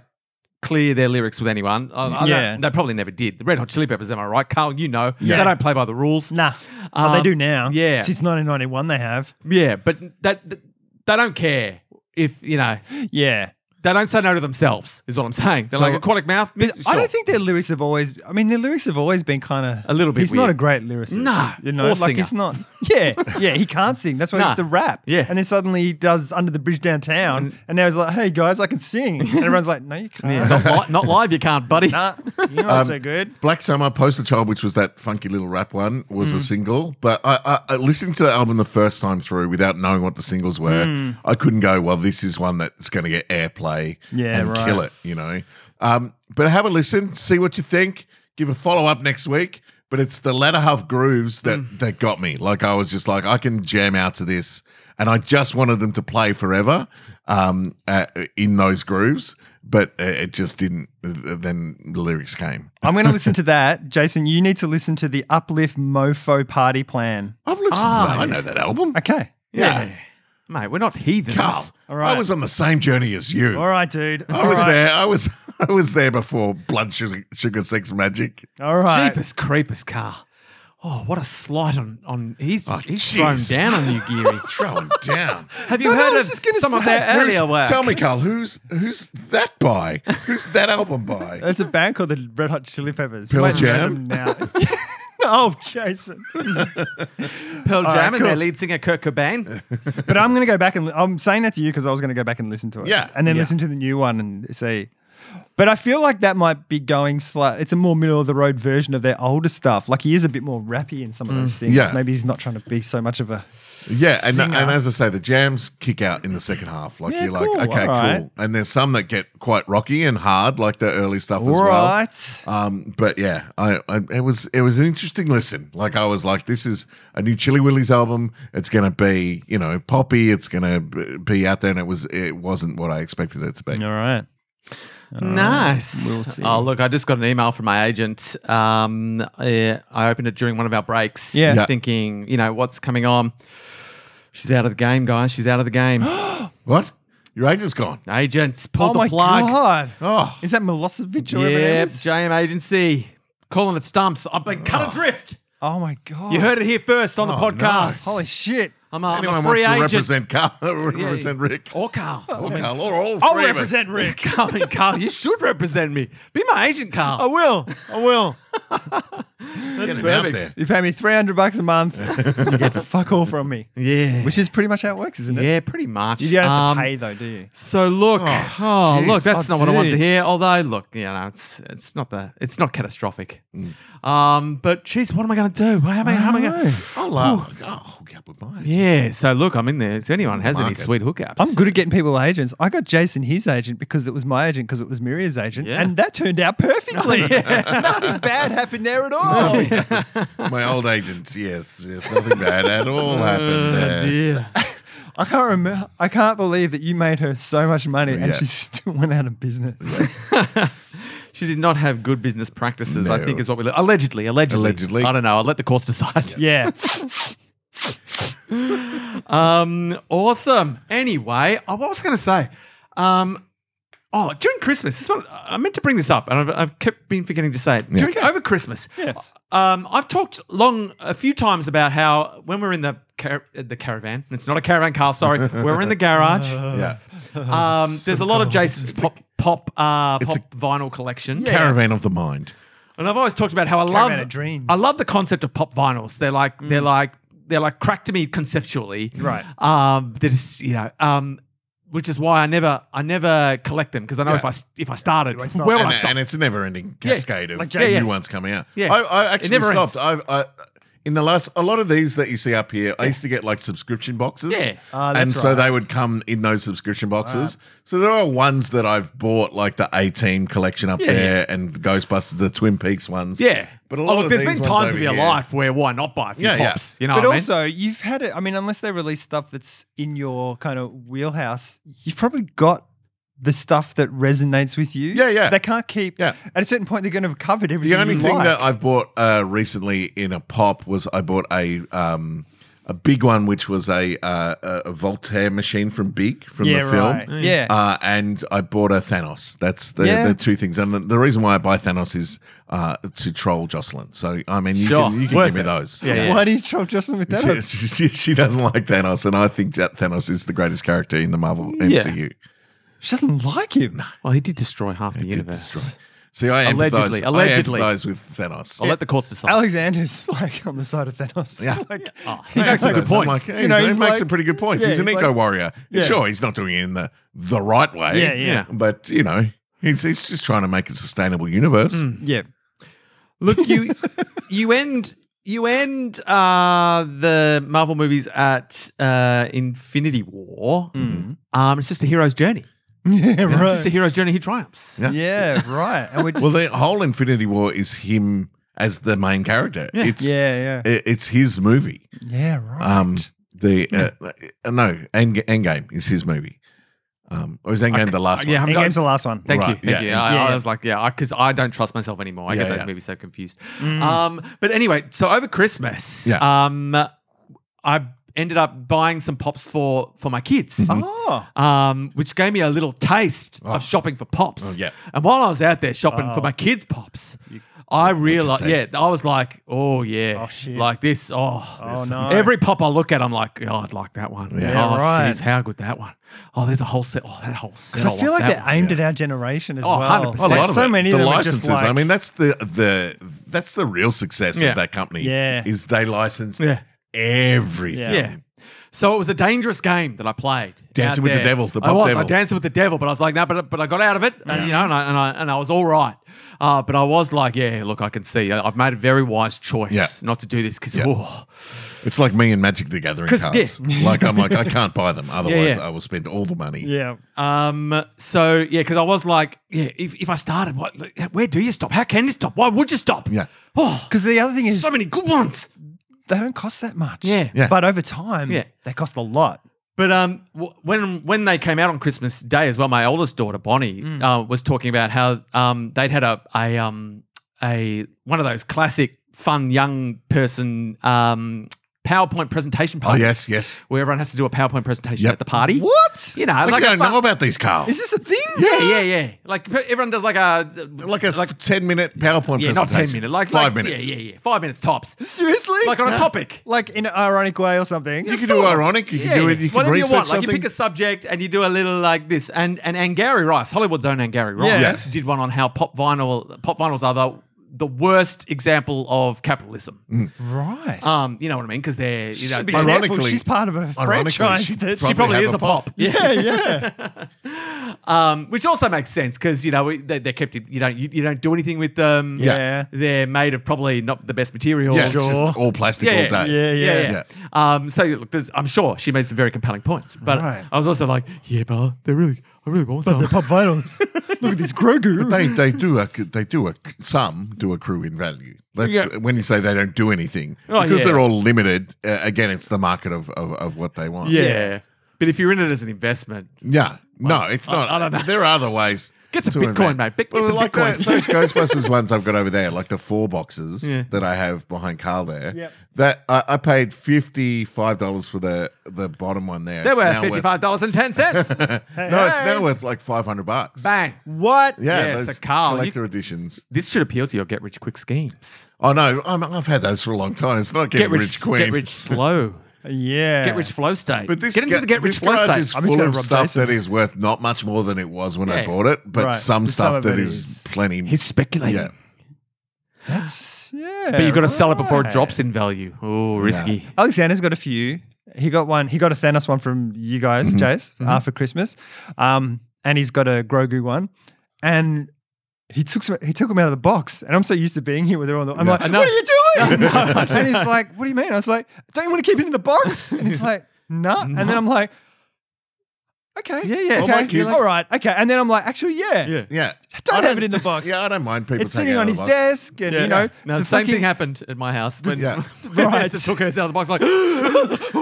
clear their lyrics with anyone. I- I don't- Yeah. They probably never did. The Red Hot Chili Peppers, am I right? Carl, you know. Yeah. They don't play by the rules. Nah. Well, Um, they do now. yeah. Since 1991, they have. Yeah, but that, that they don't care if, you know, Yeah. They don't say no to themselves, is what I'm saying. They're So- like aquatic mouth. But I sure. don't think their lyrics have always. I mean, their lyrics have always been kind of A little bit He's not weird. a great lyricist. Nah, you know, or like singer. he's not. Yeah, yeah, he can't sing. That's why he's Nah, the rap. yeah. and then suddenly he does "Under the Bridge Downtown," and now he's like, "Hey guys, I can sing," and everyone's like, "No, you can't. not, li- not live. You can't, buddy. Nah, you're not so good." Black Summer, Poster Child, which was that funky little rap one, was Mm. a single. But I, I, I listening to the album the first time through without knowing what the singles were, Mm. I couldn't go, well, this is one that's going to get airplay Yeah, and right. kill it, you know. Um, but have a listen, see what you think, give a follow up next week. But it's the latter half grooves that, Mm. that got me. Like, I was just like, I can jam out to this. And I just wanted them to play forever um, uh, in those grooves. But uh, it just didn't. Then the lyrics came. I'm going to listen to that, Jason. You need to listen to the Uplift Mofo Party Plan. I've listened Ah, to that. I know that album. Okay, yeah. mate. We're not heathens. Carl, All right. I was on the same journey as you. all right, dude. I All was right. there. I was I was there before blood sugar, sugar sex magic. All right. Jeepers creepers, Carl. Oh, what a slight on on. He's Oh, he's jeez. thrown down on you, Geary. Throwing down. Have you No, no, heard I was of just gonna some of say, their earlier Who's- work? Tell me, Carl, who's who's that by? Who's that album by? That's a band called the Red Hot Chili Peppers. Pearl You might know Jam? them Now. oh, Jason. Pearl Jam right, and their cool. lead singer Kurt Cobain. But I'm going to go back and I'm saying that to you because I was going to go back and listen to it. Yeah. And then Yeah. listen to the new one and see. But I feel like that might be going slight. It's a more middle of the road version of their older stuff. Like he is a bit more rappy in some of those things. Mm. Yeah. Maybe he's not trying to be so much of a. Yeah, and, Singer. and as I say, the jams kick out in the second half. Like Yeah, you're like, cool, okay, cool. alright. And there's some that get quite rocky and hard, like the early stuff as All well. right. Um, but yeah, I, I it was it was an interesting listen. Like I was like, this is a new Chili Willies album. It's gonna be you know poppy. It's gonna b- be out there, and it was it wasn't what I expected it to be. All right. nice. We'll see. Oh, look, I just got an email from my agent. Um, eh, I opened it during one of our breaks. Yeah. Yeah. Thinking, you know, what's coming on? She's out of the game, guys. She's out of the game. What? Your agent's gone. Agents, pull Oh the my plug. God. Oh, Is that Milosevic or whatever it Yep, is? JM Agency. Calling it stumps. I've been cut adrift. Oh my God. You heard it here first on the Oh, podcast. nice. Holy shit. I'm, a, I'm a anyone free wants to agent. represent Carl, represent Rick, Or Carl. or I mean, Carl, or all Oh, I'll three of us. represent Rick. Carl, I mean, Carl, you should represent me. Be my I agent, Carl. will. I will. Get him out perfect. there. You pay me 300 bucks a month. You get fuck all from me. yeah. Which is pretty much how it works, isn't it? yeah, pretty much. You don't have Um, to pay though, do you? So look, oh, look, that's Oh, not what I want to dude. hear. Although, look, you know, it's it's not the it's not catastrophic. Mm. Um, but geez, what am I going to do? How am I, how am I oh, going? I'll uh, I'll hook up with mine. Yeah. So look, I'm in there. So anyone has any Market. sweet hookups? I'm good at getting people agents. I got Jason his agent because it was my agent because it was Miria's agent, Yeah. and that turned out perfectly. Nothing bad happened there at all. My old agents, yes, yes, nothing bad at Oh, all happened there. Yeah. I can't remember. I can't believe that you made her so much money and Yeah. she still went out of business. She did not have good business practices, I No. think is what we allegedly, allegedly. Allegedly. I don't know. I'll let the courts decide. yeah. Um, awesome. Anyway, oh, what was I going to say? Um, oh, during Christmas, this one I meant to bring this up, and I've, I've kept been forgetting to say it. During over Christmas, Yes. Um, I've talked long a few times about how when we're in the car- the caravan, it's not a caravan car. Sorry, we're in the garage. Yeah, Um, there's a lot of Jason's pop pop uh, it's pop a- vinyl collection. caravan of the mind. And I've always talked about how I Caravan love of Dreams. I love the concept of pop vinyls. They're like they're like they're like crack to me conceptually. Right. Um that is you know um which is why I never I never collect them because I know if I s- if I started it's not- where would I and, stop? and it's a never-ending Yeah, cascade of like new Jason. ones coming out. Yeah. I, I It actually never stopped. I, I, in the last a lot of these that you see up here, I used to get like subscription boxes. Yeah. Ah, and that's so right. they would come in those Ah. subscription boxes. So there are ones that I've bought, like the A Team collection up Yeah, there, and Ghostbusters, the Twin Peaks ones. Yeah. but a lot oh, look, of there's these been ones times over of your here- life where why not buy a few Yeah, yeah. pops? You know But what I mean? also, you've had it. I mean, unless they release stuff that's in your kind of wheelhouse, you've probably got the stuff that resonates with you. Yeah, yeah. They can't keep. Yeah. At a certain point, they're going to have covered everything. The only you thing like. that I've bought uh, recently in a pop was I bought a um, a big one, which was a uh, a- a Voltaire machine from Big from yeah, the film. Mm. right. yeah. Uh, and I bought a Thanos. That's the, Yeah. the two things. And the- the reason why I buy Thanos is uh, to troll Jocelyn. So, I mean, you Sure. can, you can Worth give me it. those. Yeah, yeah. Why do you troll Justin with that? She, she, she doesn't like Thanos, and I think that Thanos is the greatest character in the Marvel MCU. She doesn't like him. well, he did destroy half the universe. See, I Allegedly, empathize, allegedly. I empathize with Thanos. I'll let the courts decide. Oh, Alexander's like on the side of Thanos. Yeah. Like, He makes some Actually, good I'm points. like, hey, You know, he he's makes like- some pretty good points. yeah, he's an he's eco like- warrior. Yeah. Sure, he's not doing it in the, the right way. Yeah, yeah. Yeah. But, you know, he's, he's just trying to make a sustainable universe. Mm. yeah. Look, you you end you end uh, the Marvel movies at uh, Infinity War. Mm-hmm. Um, it's just a hero's journey. Yeah, It's just a right. hero's journey. He triumphs. Yeah. Yeah, right. And we're just, Well, the whole Infinity War is him as the main character. Yeah. It's yeah, yeah. i- it's his movie. Yeah, right. Um, the uh, uh, no, End Endgame is his movie. Um, or is Endgame the last yeah, one? I haven't got- Endgame's the last one. Thank you. Right, Thank yeah. you. I, I Yeah. was like, yeah, because I, don't trust myself anymore. I Yeah, get those yeah. movies so confused. Um, but anyway, so over Christmas, Yeah. um, I ended up buying some pops for for my kids. Oh. um, which gave me a little taste Oh. of shopping for pops. Oh, yeah. And while I was out there shopping Oh. for my kids' pops, I realized, yeah, say? I was like, oh yeah, Oh, shit. like this, oh, Oh, this- no. Every pop I look at, I'm like, oh, I'd like that one. Yeah, oh, right. jeez, how good that one. Oh, there's a whole set. Oh, that whole set. Because I feel like that they're one. aimed at our generation as Oh, well. 100%. A lot There's of so it. many the of them are licenses. just like, I mean, that's the the that's the real success Yeah. of that company. Yeah. is they licensed Yeah. everything. Yeah. Yeah. Um, So it was a dangerous game that I played. Dancing out with the there. devil, the I Bob was. Devil. I danced with the devil, but I was like, no, but, but I got out of it, and you know, and I, and I and I was all right. Uh, but I was like, yeah, look, I can see I- I've made a very wise choice Yeah. not to do this because Yeah. It's like me and Magic the Gathering 'Cause, cards. Like I'm like I can't buy them, otherwise yeah. I will spend all the money. yeah. Um, so yeah, because I was like, yeah, if, if I started, what, where do you stop? How can you stop? Why would you stop? Yeah. Oh, Because the other thing is, so many good ones. they don't cost that much. Yeah. Yeah. But over time, Yeah. they cost a lot. But um, w- when when they came out on Christmas Day as well, my oldest daughter Bonnie uh, was talking about how um they'd had a a um a one of those classic fun young person um PowerPoint presentation Oh parties. yes, yes. where everyone has to do a PowerPoint presentation Yep. at the party. What? You know, Like, like I a don't fun- know about these, Carl. Is this a thing? Yeah, yeah, yeah. Like everyone does like a like a ten minute PowerPoint yeah, presentation. not ten minute, like five like- minutes. Yeah, yeah, yeah, five minutes tops. Seriously? Like on a topic. Like in an ironic way or something. You can do ironic. You can do it. You can Whatever research you want. something. Like you pick a subject and you do a little like this. And and and Gary Rice, Hollywood's own and Gary Rice, Yeah. did one on how pop vinyl pop vinyls are the the worst example of capitalism. Mm. right. Um, you know what I mean? Because they're you know Should be they- ironic. ironically, ironically- she's part of a ironically, franchise she that she probably probably have is a a pop. yeah, yeah. Um, which also makes sense because you know we- they, they're kept. in- You don't you, you don't do anything with them. Yeah. Yeah. they're made of probably not the best materials. yes, all plastic Yeah, all day. Yeah, yeah. yeah, yeah. Um, so look, there's, I'm sure she made some very compelling points, but Right. I was also like, yeah, but they really, I really want some. pop vinyls. Look at this Grogu. They they do a they do a some do accrue in value. That's Yeah. when you say they don't do anything Oh, because yeah. they're all limited. Uh, again, it's the market of, of of what they want. yeah. but if you're in it as an investment, Yeah. No, it's not. I don't know. There are other ways. Get some to Bitcoin, invent. mate. Bit- get some like Bitcoin. the- those Ghostbusters ones I've got over there, like the four boxes Yeah. that I have behind Carl there. Yep. That I, I paid fifty five dollars for the the bottom one there. they It's were now worth- fifty five dollars and ten cents. No, it's Hey. now worth like five hundred bucks. Bang. What? Yeah, Yeah, so those Carl, you- collector editions. This should appeal to your get rich quick schemes. Oh no, I'm, I've had those for a long time. It's not getting Get rich, rich, queen. get rich slow. Yeah. Get rich flow state. But this get into ga- the get this rich flow garage state. is I'm just full gonna of rub stuff Jason. that is worth not much more than it was when I Yeah. bought it, but Right. some But some stuff of that it is, is- plenty. He's speculating. Yeah. That's yeah. But you've got to sell it before it right. drops in value. Oh, risky. Alexander's got a few. He got one. He got a Thanos one from you guys, Jace, uh, for Christmas. Um, and he's got a Grogu one. And he took some, he took him out of the box, and I'm so used to being here with everyone. I'm Yeah. I like, know. what are you doing? and he's like, what do you mean? I was like, don't you want to keep it in the box? And he's like, nah. And then I'm like, okay, Yeah, yeah. okay, All my kids. all right, okay. And then I'm like, actually, yeah, Yeah. Yeah. Don't I have it in the box. Yeah, I don't mind people it's taking sitting it out on of his the box. desk, and you know, No, the, same thing happened at my house when Yeah. my Right. sister took hers out of the box. Like, I was like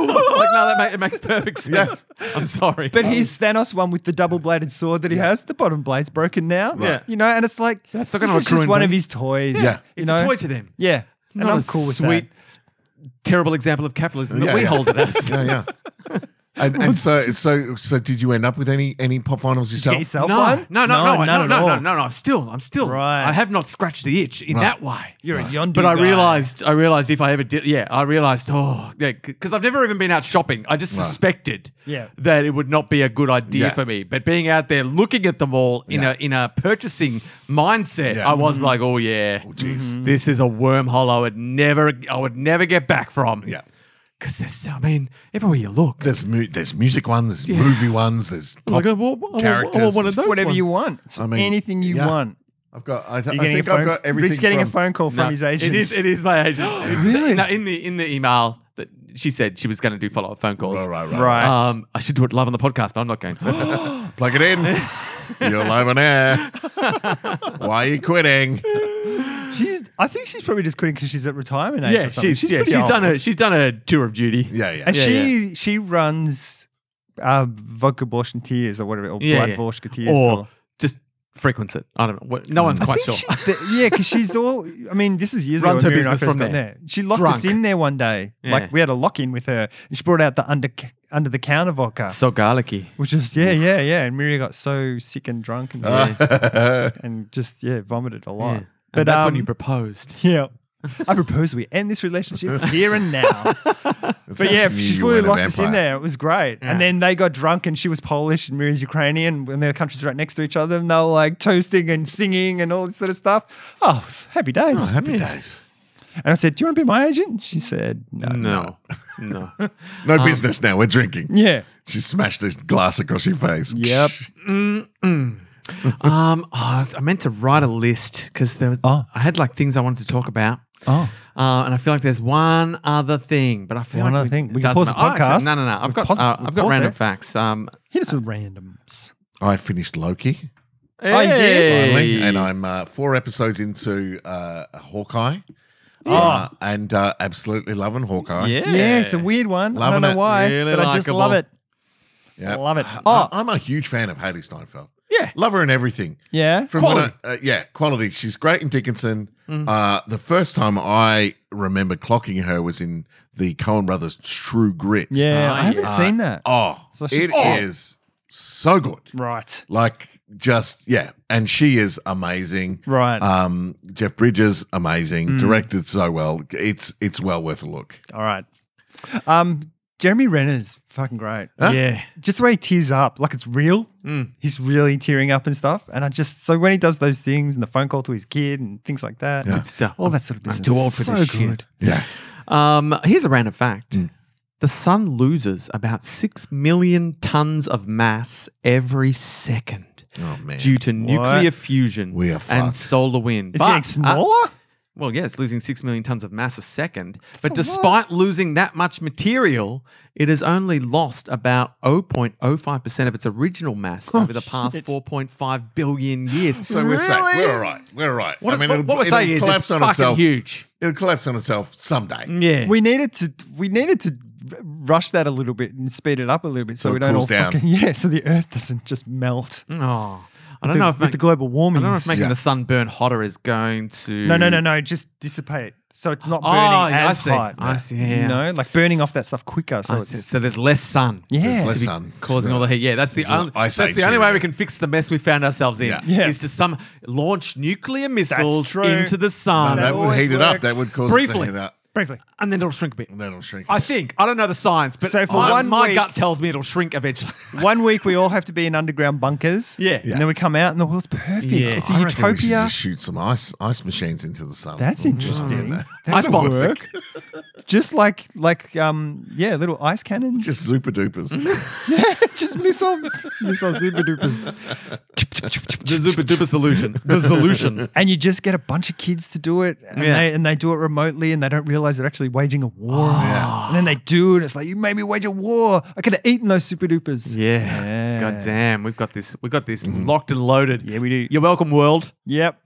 no, that ma- it makes perfect sense. I'm sorry, But his Thanos one with the double bladed sword that he has, the bottom blade's broken now. Right. You know, and it's like, That's not this gonna is accrue just in one vain. of his toys. Yeah. You it's know? a toy to them. Yeah. and Not I'm a cool with sweet, that. terrible example of capitalism that Yeah, we yeah. hold it as. Yeah, yeah. And, and so so so did you end up with any any pop finals yourself? Get yourself No, one? no, no, no, no, none no, at no, all. no, no, I'm still, I'm still. Right. I have not scratched the itch in that way. You're a yondu But I guy. realized, I realized if I ever did, yeah, I realized, oh, yeah, because I've never even been out shopping. I just suspected Yeah. that it would not be a good idea Yeah. for me. But being out there looking at them all in Yeah. a in a purchasing mindset, Yeah. I was like, oh yeah, this is a wormhole I would never, I would never get back from. Yeah. because there's, I mean, everywhere you look, There's mu- there's music ones, there's movie ones, there's Oh pop like, I want, I want- I want, characters. one of It's those. Whatever ones. you want. It's I mean, anything you yeah. want. I've got I, th- You're I getting think a phone I've got everything Rick's getting from, a phone call from No, his agent. It is. It is my agent. Really? No, in the in the email that she said she was going to do follow up phone calls. Right, right, right. Right. Um, I should do it live on the podcast, but I'm not going to. Plug it in. You're live on air. Why are you quitting? she's. I think she's probably just quitting because she's at retirement age. yeah, or something. she's, yeah, pretty she's old. done a she's done a tour of duty. Yeah, yeah. And she she runs uh, vodka Borschen tears or whatever, or Yeah, blood yeah. Borschen tears. Or just frequents it. I don't know. What- No one's I quite think sure. she's the, yeah, because she's all. I mean, this was years Runs ago. her when Mira and I business first from got there. She locked us Drunk. in there one day. Yeah. Like we had a lock in with her, and she brought out the under under the counter vodka, so garlicky. which is yeah, yeah, yeah. And Miriam got so sick and drunk and stuff, and just yeah, vomited a lot. Uh. Yeah. But that's when um, you proposed. Yeah. I propose we end this relationship here and now. but yeah, actually she you really weren't a locked us in vampire. there. It was great. And then they got drunk and she was Polish and Miriam's Ukrainian and their countries right next to each other and they were like toasting and singing and all this sort of stuff. Oh, it was happy days. Oh, happy days. And I said, Do you want to be my agent? She said, No. No, no. No business now. We're drinking. Um, Yeah. She smashed a glass across your face. Yep. um, oh, I was- I meant to write a list because there was Oh. I had like things I wanted to talk about. Oh. Uh, and I feel like there's one other thing, but I feel One like other thing. it We can pause the doesn't matter. Oh, actually, podcast. no, no, no. We've I've got paused- uh, we've I've got paused random it. facts. Um, Hit us with randoms. I finished Loki Oh, you did? finally, Hey. and I'm uh, four episodes into uh, Hawkeye. Uh, and uh, absolutely loving Hawkeye. yeah, Yeah, it's a weird one. I Loving don't know it. why, Really but I just love likeable. it. Yep. Love it. I- Oh. I'm a huge fan of Haley Steinfeld. Yeah. Love her in everything. Yeah. From quality. uh, yeah, quality. She's great in Dickinson. Mm. Uh, the first time I remember clocking her was in the Coen Brothers True Grit. Yeah, I haven't seen that. Oh, So it she's- is Oh. so good. Right. Like, just, yeah. And she is amazing. Right. Um, Jeff Bridges, amazing. Mm. Directed so well. It's it's well worth a look. All right. Um, Jeremy Renner's fucking great. Huh? yeah. Just the way he tears up, like it's real. He's really tearing up and stuff. And I just so when he does those things and the phone call to his kid and things like that, Yeah. and Stuff. all that sort of business. too old for so this shit. good. Yeah. Um, here's a random fact: Mm. the sun loses about six million tons of mass every second Oh, man. due to nuclear fusion We are and fucked. solar wind. It's But- uh, getting smaller. Well, yeah, it's losing 6 million tons of mass a second. a but despite losing that much material, it has only lost about 0.05% of its original mass Oh, over the past 4.5 billion years. So we're safe. Really? We're all right. We're all right. what, I mean, what- it'll, what we're it'll saying is collapse it's on fucking itself. huge. It'll collapse on itself someday. Yeah. we needed to we needed to rush that a little bit and speed it up a little bit so, So we it don't cools all down. fucking yeah, so the earth doesn't just melt. oh, I with don't the, know if with make, the global I warming. don't know if making Yeah. the sun burn hotter is going to No, no, no, no. Just dissipate. So it's not Oh, burning yeah, I as see. hot. I see, yeah, yeah. You know, like burning off that stuff quicker. I So see. it's So there's less sun. yeah. Less to be sun. causing all the heat. Yeah, that's the There's an only, ice that's age the only here, way yeah. we can fix the mess we found ourselves in. Yeah. Yeah. is to some launch nuclear missiles true. into the sun, And Uh, that would always heat it up. works. That would cause it Briefly. to heat up. Briefly. and then it'll shrink a bit. And then it'll shrink. I think I don't know the science, but So for I- one my week- gut tells me it'll shrink eventually. One week we all have to be in underground bunkers. Yeah. Yeah. And then we come out and the world's perfect. Yeah. It's a I reckon we should utopia. just shoot some ice ice machines into the sun. Mm. That's interesting. That Ice could bombs. work. just like like um yeah, little ice cannons, Just just, super dupers. missile missile super dupers, The super duper solution. The solution. and you just get a bunch of kids to do it, and Yeah. they and they do it remotely, and they don't realize they're actually waging a war, Oh. and then they do, and it's like you made me wage a war. I could have eaten those super dupers. Yeah. Yeah. God damn, we've got this. We've got this locked and loaded. Yeah, we do. You're welcome, world. Yep,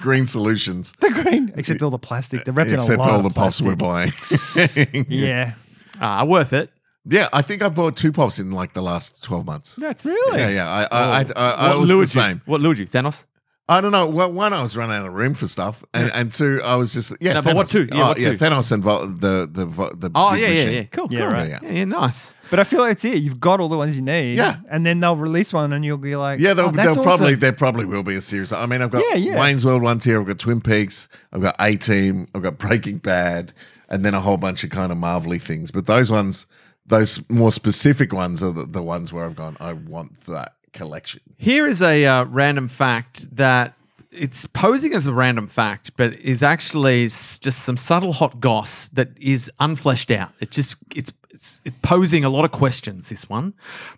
Green solutions. the green, except all the plastic. They're wrapped in a Except lot all of the pops plastic. we're buying. Yeah, Ah, worth it. yeah, I think I bought two pops in like the last twelve months. That's really? Yeah, yeah. I, I, I, I, I Uh, was lured the same. You? What lured you, Thanos? I don't know. Well, one, I was running out of room for stuff, and, and two, I was just yeah. No, but what two? Yeah, oh, what yeah, two? Thanos and Vol- the the Vol- the. Oh big yeah, yeah, machine. yeah. Cool. Yeah, cool. right. Yeah, yeah, nice. but I feel like it's it. You've got all the ones you need. Yeah. and then they'll release one, and you'll be like, Yeah, they'll, oh, they'll that's probably awesome. there probably will be a series. I mean, I've got Yeah, yeah. Wayne's World one tier, I've got Twin Peaks, I've got A Team, I've got Breaking Bad, and then a whole bunch of kind of marvelly things. But those ones, those more specific ones, are the, the ones where I've gone. I want that collection. Here is a uh, random fact that it's posing as a random fact, but is actually s- just some subtle hot goss that is unfleshed out. It just it's, it's it's posing a lot of questions. This one,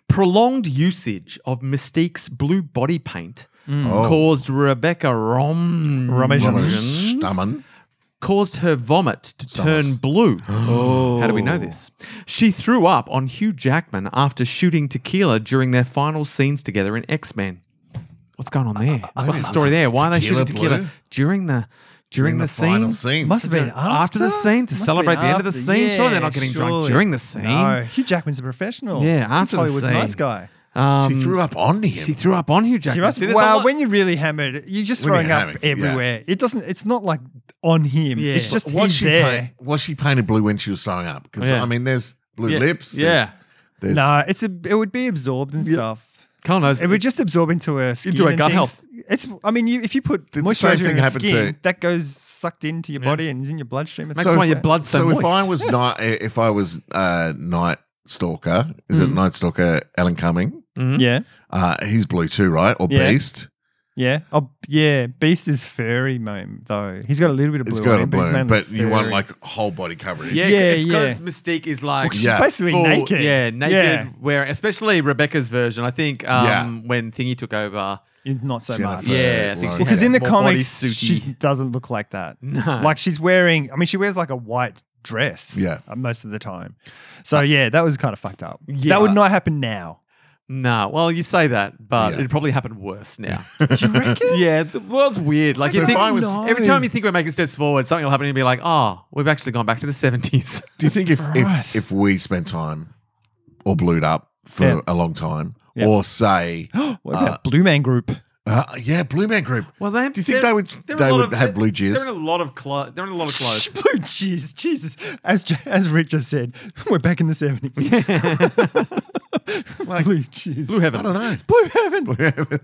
prolonged usage of Mystique's blue body paint Oh. caused Rebecca Rom Romanisms. caused her vomit to turn blue. Oh. How do we know this? She threw up on Hugh Jackman after shooting tequila during their final scenes together in X Men. What's going on there? What's the story there? Why are they shooting Tequila tequila blue? during the during, In the, the scene? final scenes. Must have been After, the scene to Must have celebrate been the end of after. the scene. Surely Yeah, they're not getting drunk surely. during the scene. No, Hugh Jackman's a professional. Yeah, He's after the Hollywood's a scene. nice guy. Um, she threw up on him. She threw up on Hugh Jackman. You must, See, there's a well, lot- when you're really hammered, you're just When you're throwing up hammered, yeah. everywhere. It doesn't. It's not like on him. Yeah. It's just was he's she there. paint- was she painted blue when she was throwing up? Because Yeah. I mean, there's blue Yeah. lips. Yeah. There's, there's No, it's a. It would be absorbed and stuff. Carl knows. It would just absorb into her skin. Into her and gut things. health. It's. I mean, you, if you put the same moisturizer thing in your happened skin, to- that goes sucked into your body and is in your bloodstream. It's Makes so why your fa- blood's so so, if moist. I was night, eh, if I was uh, night stalker, is Mm. it night stalker? Alan Cumming, Yeah, uh, he's blue too, right? Or Yeah. Beast? yeah, oh, yeah. Beast is furry, mo- though. He's got a little bit of blue. It's got on a him, but, he's blue, mainly but you want furry. like whole body coverage. Yeah, Yeah, it's yeah. because Mystique is like She's basically full- naked. Yeah, naked. Yeah. Where especially Rebecca's version, I think. Um, Yeah. when Thingy took over, not so Jennifer much. yeah, I think Lawrence. she Because had in the more body comics, she suity. doesn't look like that. No. Like she's wearing, I mean, she wears like a white dress Yeah. Uh, uh, most of the time. So, yeah, that was kind of fucked up. That would not happen now. nah. Well, you say that, but Yeah. it'd probably happen worse now. Do you reckon? yeah, the world's weird. Like So you if think, I was- every time you think we're making steps forward, something will happen and you'll be like, oh, we've actually gone back to the seventies. Do you think if Right. if, if we spent time or blued up for Yeah. a long time, Yeah. or say, uh, What about Blue Man Group? yeah, Blue Man Group? Well, they Do you think they would they would have blue jizz? They're in a lot of clothes. They're in a lot of clothes. Blue Jeez, Jesus. As, J- as Rick just said, we're back in the 70s. blue Jeez. Blue heaven. I don't know. Blue Heaven.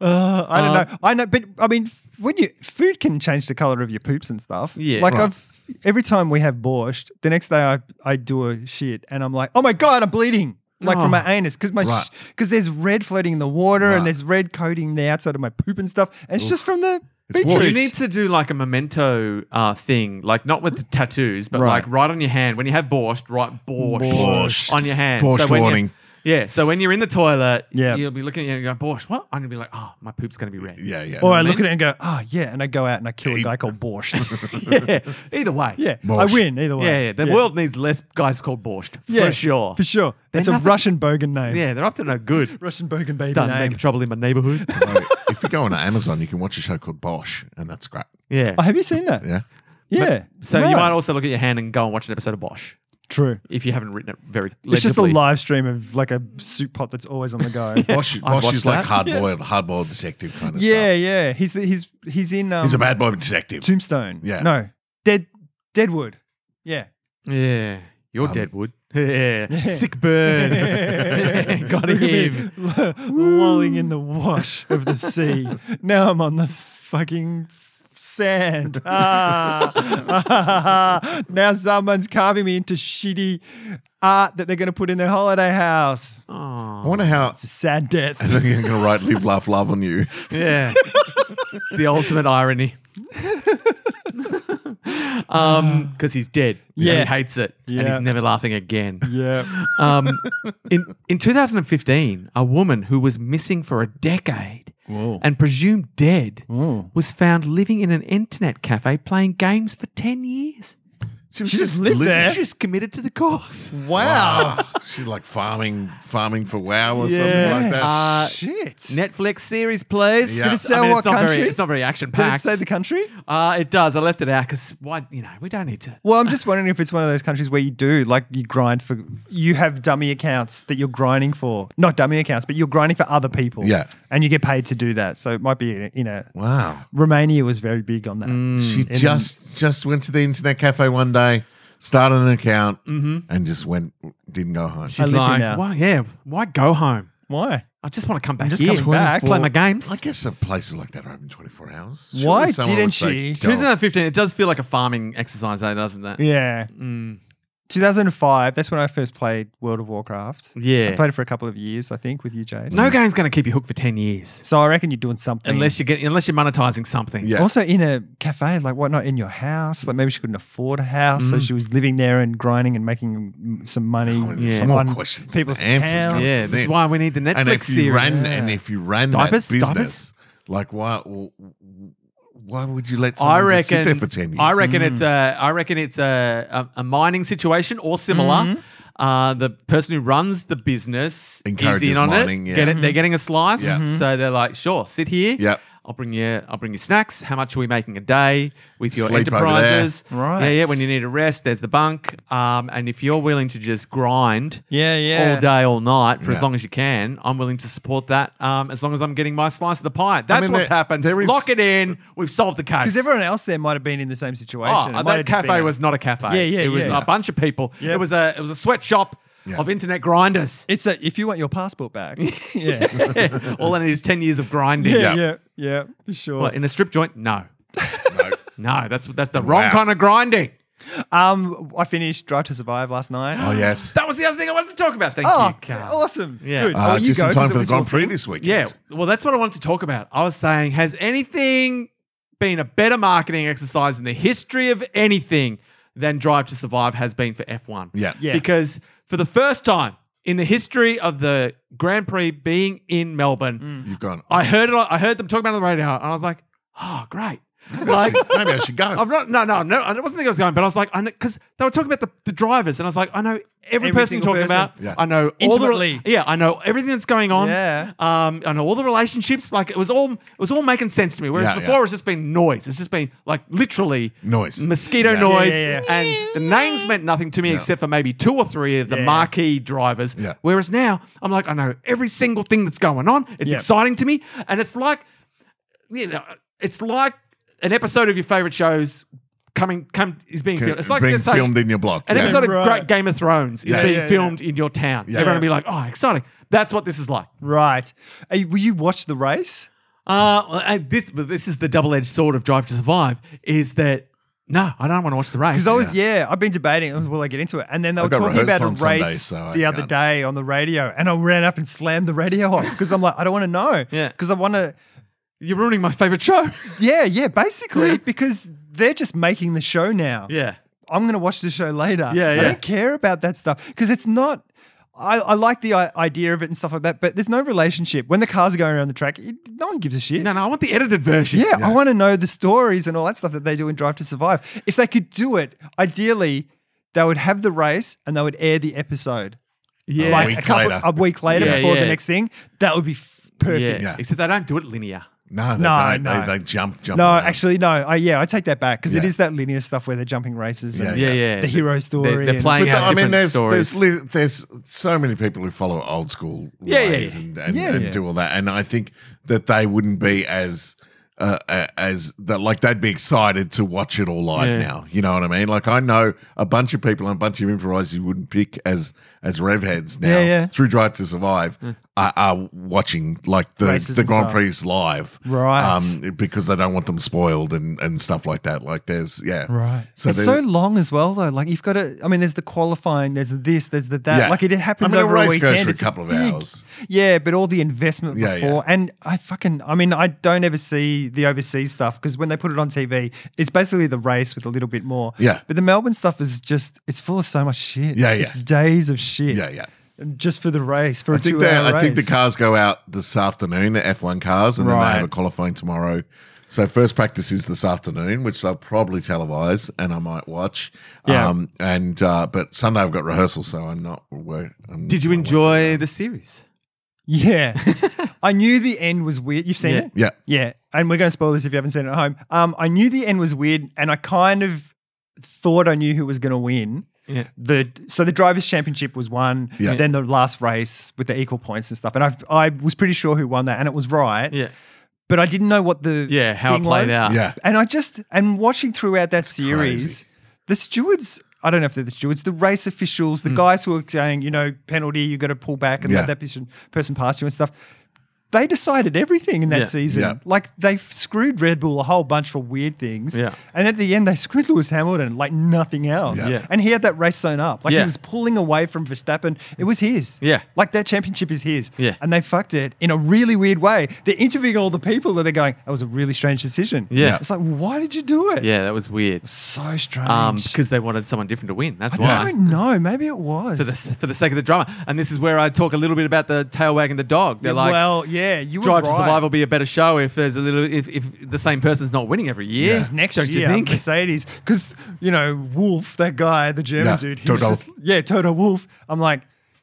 Uh, I Um, don't know. I know, but I mean, f- when you food can change the color of your poops and stuff. Yeah. Like Right. I've every time we have borscht, the next day I I do a shit and I'm like, oh my god, I'm bleeding. Like from my Oh, anus, because my Right. because there's red floating in the water Right. and there's red coating the outside of my poop and stuff, and it's just from the beach. water. You Right. need to do like a memento uh, thing, like not with the tattoos, but Right. like right on your hand. When you have borscht, write borscht, Borscht. on your hand. Borscht when you- warning. yeah, so when you're in the toilet, Yeah. you'll be looking at it and you go, borscht, what? I'm going to be like, oh, my poop's going to be red. Yeah, yeah. Or I what I look at it and go, oh yeah, and I go out and I kill a guy called borscht. yeah. Either way. yeah, Borscht. I win either Yeah, way. yeah. The world needs less guys called borscht. Yeah, for sure. for sure. That's a nothing- Russian bogan name. Yeah, they're up to no good. Russian bogan baby Starting to name. make trouble in my neighborhood. So if you go on Amazon, you can watch a show called Bosch, and that's great. Yeah. Oh, have you seen that? Yeah. Yeah. so Right. you might also look at your hand and go and watch an episode of Bosch True. if you haven't written it very legibly. It's just a live stream of like a soup pot that's always on the go. yeah. Bosch, I'd Bosch watch is like that. hard boiled, hard boiled detective kind of yeah, stuff. He's he's he's in um, He's a bad boy detective. Tombstone. Yeah. No. Dead Deadwood. Yeah. Yeah. You're Um, Deadwood. Yeah. Sick bird. Got Look at me him. l- Lolling in the wash of the sea. now I'm on the fucking sand. Ah. now someone's carving me into shitty art that they're going to put in their holiday house. I wonder how. It's a sad death. I think you're going to write "Live, Laugh, Love" on you. Yeah. the ultimate irony. Um, because he's dead. Ah. Yeah. he hates it, and Yeah. he's never laughing again. Yeah. Um, in in 2015, a woman who was missing for a decade Whoa. and presumed dead Whoa. was found living in an internet cafe playing games for 10 years. was She just lived living- there? She was committed to the cause. Wow. She's Ah, like farming, farming for WoW or Yeah. Ah. something like that. Uh, Shit. Netflix series, please. Yeah. Did it say what it's not country? Very, it's not very action Did it packed. say the country? uh, it does. I left it out because why? You know, we don't need to. Well, I'm just wondering if it's one of those countries where you do like you grind for you have dummy accounts that you're grinding for, not dummy accounts, but you're grinding for other people. Yeah. and you get paid to do that. So it might be in- in a wow. Romania was very big on that. Mm. She just just went to the internet cafe one day, started an account, Mm-hmm. and just went didn't go home. I It's live here like, now. why? Yeah, why go home? Why? I just want to come back just here, coming back. play my games. I guess the places like that are open twenty four hours. Why someone didn't would say, she? "Don't." 2015. It does feel like a farming exercise, though, doesn't it? Yeah, Mm. 2005. That's when I first played World of Warcraft. Yeah. I played it for a couple of years, I think, with you, Jace. No game's going to keep you hooked for 10 years So I reckon you're doing something. unless you get unless you're monetizing something. Yeah. Also in a cafe, like what not in your house? Like maybe she couldn't afford a house, so she was living there and grinding and making mm, some money. Mm. Oh, there's Yeah. more on questions. than People's answers, accounts. God Yeah, this is damn. why we need the Netflix and if you series. ran and if you ran Diapers? that business, Diapers? like why why would you let I someone just sit reckon. there for ten years? Mm. I reckon it's a. I reckon it's a a, a mining situation or similar. Uh, the person who runs the business Mm-hmm. Encourages is in on mining, it. yeah. Get it? They're getting a slice, Yeah. Mhm. so they're like, "Sure, sit here. Yep. I'll bring you. I'll bring you snacks. How much are we making a day with your Sleep over there. enterprises? Right. Yeah, yeah. When you need a rest, there's the bunk. Um, and if you're willing to just grind, Yeah, yeah. all day, all night for as Yeah. long as you can, I'm willing to support that. Um, as long as I'm getting my slice of the pie. That's mean, what's there- happened. there is- Lock it in. We've solved the case. Because everyone else there might have been in the same situation. It Oh, might that have just cafe been- was not a cafe. Yeah, yeah, It was yeah. a bunch of people. It was a it was a sweatshop Yeah. of internet grinders. It's a, if you want your passport back. yeah. All I need is ten years of grinding. yeah, yeah, yeah, for sure. What, in a strip joint? No, No. no. That's that's the wrong Wow. kind of grinding. Um, I finished Drive to Survive last night. oh yes. That was the other thing I wanted to talk about. Thank Oh, you. Carl. awesome! Yeah. Good. Uh, oh, you just go in 'cause time it for the was your Grand Prix thing. this weekend. Yeah. Well, that's what I wanted to talk about. I was saying, has anything been a better marketing exercise in the history of anything than Drive to Survive has been for F1? Yeah. Yeah. Because for the first time in the history of the Grand Prix being in Melbourne, You've gone. I heard it. on- I heard them talking about it on the radio, and I was like, "Oh, great!" Like, Maybe I should go. I'm not. No, no, no. I wasn't thinking I was going, but I was like, I because they were talking about the, the drivers, and I was like, I know every, Every person you're single talking about. person. Yeah. I know all Intimately. the. Yeah, I know everything that's going on. Yeah. Um, I know all the relationships. Like it was all it was all making sense to me. Whereas Yeah, before, yeah. it's just been noise. It's just been like literally Noise. mosquito Yeah. noise, Yeah, yeah, and the names meant nothing to me except for maybe two or three of the Yeah. marquee drivers. Yeah. Whereas now, I'm like, I know every single thing that's going on. It's Yeah. exciting to me, and it's like you know, it's like an episode of your favorite shows coming come is being filmed. It's like being let's say, filmed in your block. an yeah. episode of Right. Great Game of Thrones is Yeah. being Yeah, yeah. filmed in your town. Yeah. Everyone will be like, "Oh, exciting!" That's what this is like. Right. Hey, will you watch the race? Uh, well, and this but this is the double edged sword of Drive to Survive. Is that no, I don't want to watch the race. Because I was, yeah. I've been debating, oh, will I get into it? And then they were got talking about a rehearsal race on Sunday, so I the other can't. day on the radio, and I ran up and slammed the radio off because I'm like, I don't want to know. Yeah. Because I want to, You're ruining my favorite show. yeah, yeah, basically, because they're just making the show now. yeah. I'm going to watch the show later. Yeah, I yeah. don't care about that stuff because it's not. I, I like the i- idea of it and stuff like that, but there's no relationship. When the cars are going around the track, it, no one gives a shit. No, no, I want the edited version. Yeah, I want to know the stories and all that stuff that they do in Drive to Survive. If they could do it, ideally, they would have the race and they would air the episode yeah, like- a, Week couple later. a week later Yeah, before yeah. the next thing. That would be f- yeah. perfect. Yeah. Except they don't do it linear. no, they No, don't. no. They, they jump, jump. No, around. actually, no. I, yeah, I take that back because it Yeah. is that linear stuff where they're jumping races. and Yeah, Yeah. yeah. The hero story They're, they're and- playing But out I mean, different there's stories. there's li- there's so many people who follow old school Yeah, yeah, ways yeah. and and, Yeah, and yeah. do all that, and I think that they wouldn't be as uh, uh, as that like they'd be excited to watch it all live Yeah. now. You know what I mean? Like I know a bunch of people and a bunch of improvisers you wouldn't pick as as rev heads now Yeah, yeah. through Drive to Survive are, are watching like the, Races the and Grand stuff. Prix live, Right. Um, because they don't want them spoiled and and stuff like that. Like there's yeah, Right. So it's they- so long as well, though. Like you've got to. I mean, there's the qualifying. There's this. There's the that. Yeah. Like it happens I mean, over a race a weekend. goes for It's a couple of big- hours. Yeah, but all the investment Yeah, before, and I fucking. I mean, I don't ever see the overseas stuff because when they put it on TV, it's basically the race with a little bit more. Yeah. But the Melbourne stuff is just. It's full of so much shit. Yeah, yeah. It's days of shit. Yeah, yeah. Just for the race for a I think they, two-hour race. I think the cars go out this afternoon, the F1 cars, and then they Right. have a qualifying tomorrow. So first practice is this afternoon, which they'll probably televise, and I might watch. Yeah. Um, and uh, but Sunday I've got rehearsal, so I'm not. wor- I'm, Did you enjoy the series? Yeah. I knew the end was weird. You've seen Yeah. it? Yeah. Yeah. And we're going to spoil this if you haven't seen it at home. Um, I knew the end was weird and I kind of thought I knew who was going to win. Yeah. The so the drivers' championship was won. Yeah. Then the last race with the equal points and stuff, and I I was pretty sure who won that, and it was right. Yeah. But I didn't know what the Yeah, how it thing played was. out. Yeah. And I just and watching throughout that series, crazy. the stewards. I don't know if they're the stewards, the race officials, Hmm. the guys who are saying, you know, penalty, you got to pull back and Yeah. let that person, person pass you and stuff. They decided everything in that Yeah. season. Yeah. Like they screwed Red Bull a whole bunch for weird things. Yeah. And at the end, they screwed Lewis Hamilton like nothing else. Yeah. Yeah. And he had that race sewn up. Like Yeah. he was pulling away from Verstappen. It was his. Yeah. Like that championship is his. Yeah. And they fucked it in a really weird way. They're interviewing all the people and they're going, that was a really strange decision. Yeah. It's like, why did you do it? Yeah, that was weird. So strange. Um, because they wanted someone different to win. That's why. I don't know. Maybe it was. for the, for the sake of the drama. And this is where I talk a little bit about the tail wagging the dog. They're like, well, yeah, you Drive were to right. Survive will be a better show if there's a little if, if the same person's not winning every year. Because next Don't year, you think? Mercedes, because you know Wolf, that guy, the German Yeah, dude, he's Toto. just yeah, Toto Wolf. I'm like,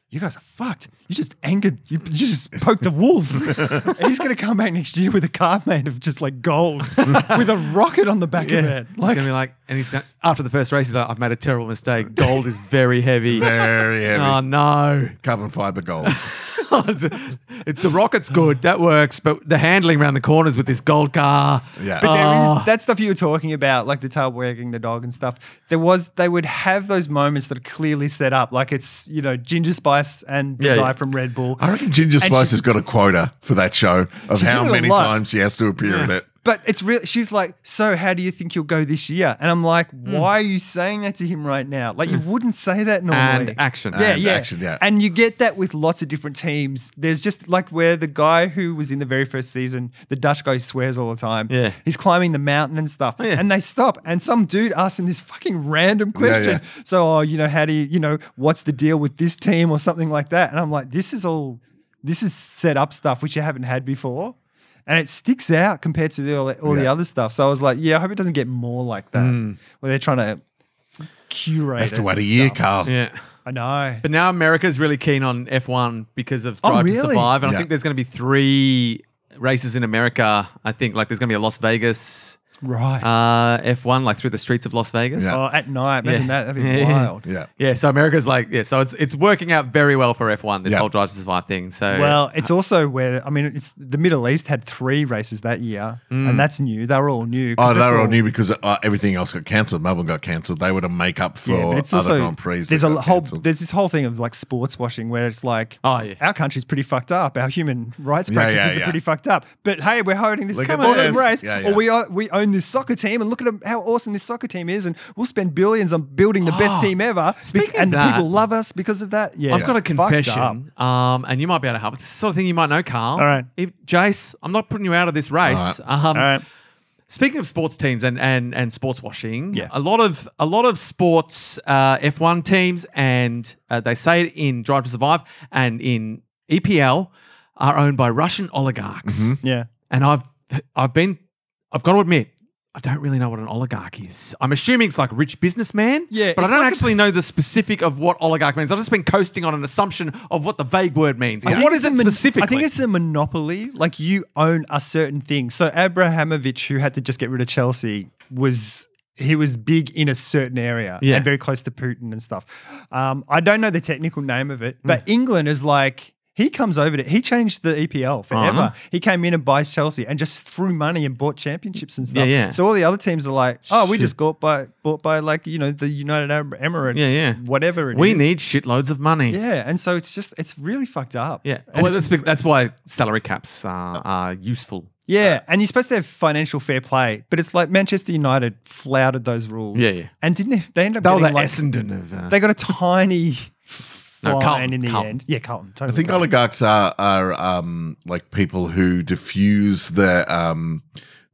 you guys are fucked. You just angered. You, you just poked the wolf. And he's gonna come back next year with a car made of just like gold, with a rocket on the back of it. he's Like, gonna be like, and he's gonna, after the first race, he's like, I've made a terrible mistake. Gold is very heavy. Very heavy. Oh no! Carbon fiber gold. it's, it's- the rocket's good, that works, but the handling around the corners with this gold car. Yeah. But there Oh. is that stuff you were talking about, like the tail wagging the dog and stuff. There was they would have those moments that are clearly set up, like it's you know Ginger Spice and the Yeah, guy yeah. from Red Bull. I reckon Ginger And Spice she's- has got a quota for that show of She's how in it a many lot. times she has to appear in it. But it's real. She's like, so how do you think you'll go this year? And I'm like, Hmm. why are you saying that to him right now? Like you wouldn't say that normally. And action. Yeah, And yeah. action, yeah. And you get that with lots of different teams. There's just like where the guy who was in the very first season, the Dutch guy who swears all the time. Yeah. Oh, He's climbing the mountain and stuff. yeah. And they stop. And some dude asks him this fucking random Yeah, yeah. question. So, oh, you know, how do you, you know, what's the deal with this team or something like that? And I'm like, this is all, this is set up stuff which you haven't had before. And it sticks out compared to the, all, the- all the Yeah. other stuff. So I was like, yeah, I hope it doesn't get more like that where they're trying to curate. I have it to wait a and year, stuff. Carl. Yeah. I know. But now America's really keen on F1 because of Oh, Drive to really? Survive. And Yeah. I think there's going to be three races in America. I think like there's going to be a Las Vegas right. uh, F1, like through the streets of Las Vegas. Yeah. Oh, at night. Imagine Yeah. that. That'd be Yeah, yeah. wild. Yeah. Yeah, so America's like, yeah, so it's it's working out very well for F1, this Yeah. whole Drive to Survive thing. So, Well, it's also where I mean, it's the Middle East had three races that year, and that's new. They were all new. 'cause Hmm. Oh, they that's were all new because uh, everything else got cancelled. Melbourne got cancelled. They were to make up for Yeah, but other it's also Grand Prix. that there's a got whole cancelled. there's this whole thing of like sports washing where it's like, Oh, yeah. our country's pretty fucked up. Our human rights Yeah, yeah, practices are yeah. pretty fucked up. But hey, we're holding this Look at awesome this. race, Yeah, yeah. or we are, we own this soccer team, and look at 'em- how awesome this soccer team is, and we'll spend billions on building the best Oh, team ever, speaking of and the that- people love us because of that. Yeah, I've got a it's fucked up. confession, um, and you might be able to help. This is the sort of thing you might know, Carl. All right. If, Jace, I'm not putting you out of this race. Um, All right. Speaking of sports teams and and and sports washing, Yeah. a lot of a lot of sports uh, F1 teams, and uh, they say it in Drive to Survive and in EPL, are owned by Russian oligarchs. Yeah. And I've I've been I've got to admit. I don't really know what an oligarch is. I'm assuming it's like a rich businessman. Yeah, But I it's don't like a- actually know the specific of what oligarch means. I've just been coasting on an assumption of what the vague word means. I What think is it's it a mon- specifically? I think it's a monopoly. Like you own a certain thing. So Abrahamovich, who had to just get rid of Chelsea, was he was big in a certain area Yeah. Hmm. and very close to Putin and stuff. Um, I don't know the technical name of it, but England is like He comes over to he changed the EPL forever. Uh-huh. He came in and buys Chelsea and just threw money and bought championships and Yeah, stuff. yeah. So all the other teams are like, oh, we just got by bought by like you know the United Arab Emirates, Yeah, yeah. whatever it is. we need shitloads of money. Yeah, and so it's just it's really fucked up. Yeah. and Well, it's- that's, bec- that's why salary caps are, are useful. yeah, and you're supposed to have financial fair play, but it's like Manchester United flouted those rules. Yeah, yeah. and didn't they- they end up They were the getting like Essendon of. Uh, they got a tiny fine No, Carlton, in the Carlton. end. Yeah, Carlton. I Totally think Carlton. oligarchs are are um, like people who diffuse the um,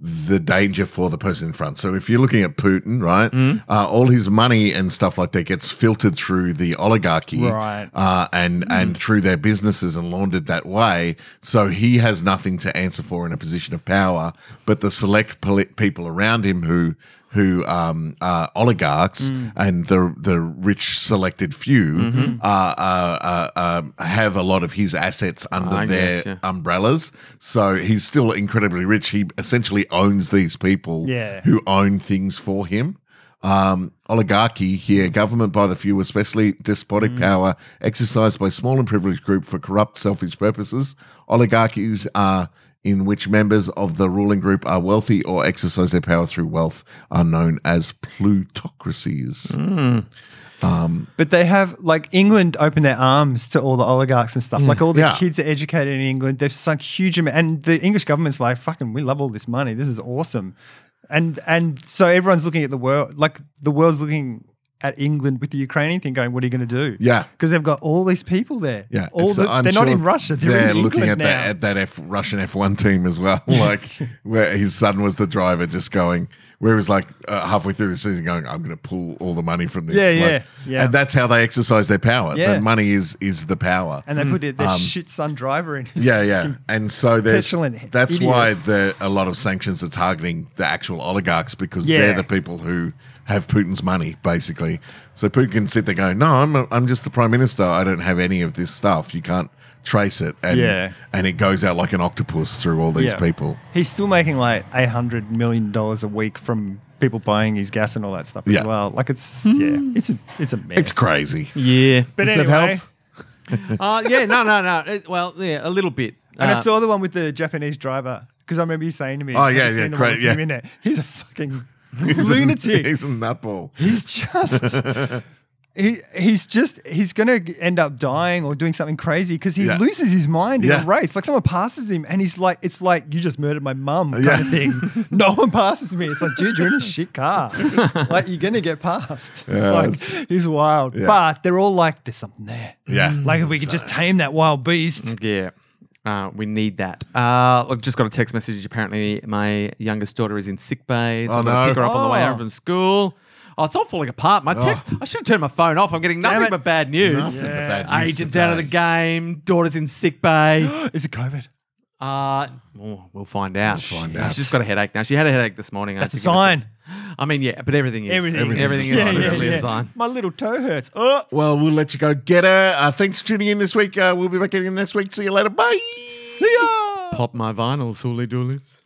the danger for the person in front. So if you're looking at Putin, right, uh, all his money and stuff like that gets filtered through the oligarchy, Right. uh, and and through their businesses and laundered that way. So he has nothing to answer for in a position of power, but the select poli- people around him who who um, are oligarchs and the the rich selected few uh, uh, uh, um, have a lot of his assets under I their getcha. umbrellas. So he's still incredibly rich. He essentially owns these people Yeah. who own things for him. Um, oligarchy here, government by the few, especially despotic power exercised by small and privileged group for corrupt, selfish purposes. Oligarchies are in which members of the ruling group are wealthy or exercise their power through wealth are known as plutocracies. But they have like England opened their arms to all the oligarchs and stuff. Like all the Mm, Yeah. kids are educated in England. They've sunk huge amount, and the English government's like, "Fucking, we love all this money. This is awesome." And and so everyone's looking at the world, like the world's looking at England with the Ukrainian thing, going, "What are you going to do?" Yeah. because they've got all these people there. Yeah, all and so the, I'm they're not sure in Russia. They're, in England looking at now. that at that F, Russian F one team as well. like where his son was the driver, just going. Where he was like uh, halfway through the season, going, "I'm going to pull all the money from this." Yeah, Like, yeah, yeah. And that's how they exercise their power. Yeah. The money is is the power. and they put it, their shit son driver in. Who's Mm, um, yeah, yeah, and so there's petulant that's idiot. why the a lot of sanctions are targeting the actual oligarchs because Yeah. they're the people who have Putin's money, basically. So Putin can sit there going, "No, I'm a, I'm just the prime minister. I don't have any of this stuff. You can't trace it." And Yeah. and it goes out like an octopus through all these Yeah. people. He's still making like eight hundred million dollars a week from people buying his gas and all that stuff Yeah. as well. Like it's yeah, it's a it's a mess. It's crazy. yeah. But Does that anyway, help? uh, yeah, no, no, no. It- well, yeah, a little bit. and I Uh, saw the one with the Japanese driver because I remember you saying to me, Oh, "Have you yeah, seen yeah, the great, one with yeah. him in it? He's a fucking He's a- lunatic. he's a nutball. He's just he he's just he's gonna end up dying or doing something crazy because he Yeah. loses his mind in Yeah. a race. Like someone passes him and he's like, it's like you just murdered my mum kind Yeah. of thing. no one passes me. It's like, dude, you're in a shit car. like you're gonna get passed. Yeah, like that's- he's wild. Yeah. But they're all like, there's something there. Mm. Yeah. Mm. Like if we could just tame that wild beast. Yeah. Uh, we need that. Uh, look, just got a text message. Apparently, my youngest daughter is in sick bay. So Oh, I'm going to no. pick her up on the way Oh. home from school. Oh, it's all falling apart. My tech. I should have turned my phone off. I'm getting nothing it. but bad news. Nothing uh, but bad news Agents out of the today. game. Daughter's in sick bay. Is it COVID? Uh, oh, we'll find out. find Yeah, out. She's got a headache now. She had a headache this morning. I That's a think it was- sign. I mean, yeah, but everything is. Everything, is. Everything is Yeah, yeah, definitely yeah. a sign. My little toe hurts. Oh. Well, we'll let you go get her. Uh, thanks for tuning in this week. Uh, we'll be back again next week. See you later. Bye. See ya. Pop my vinyls, hooly doolies.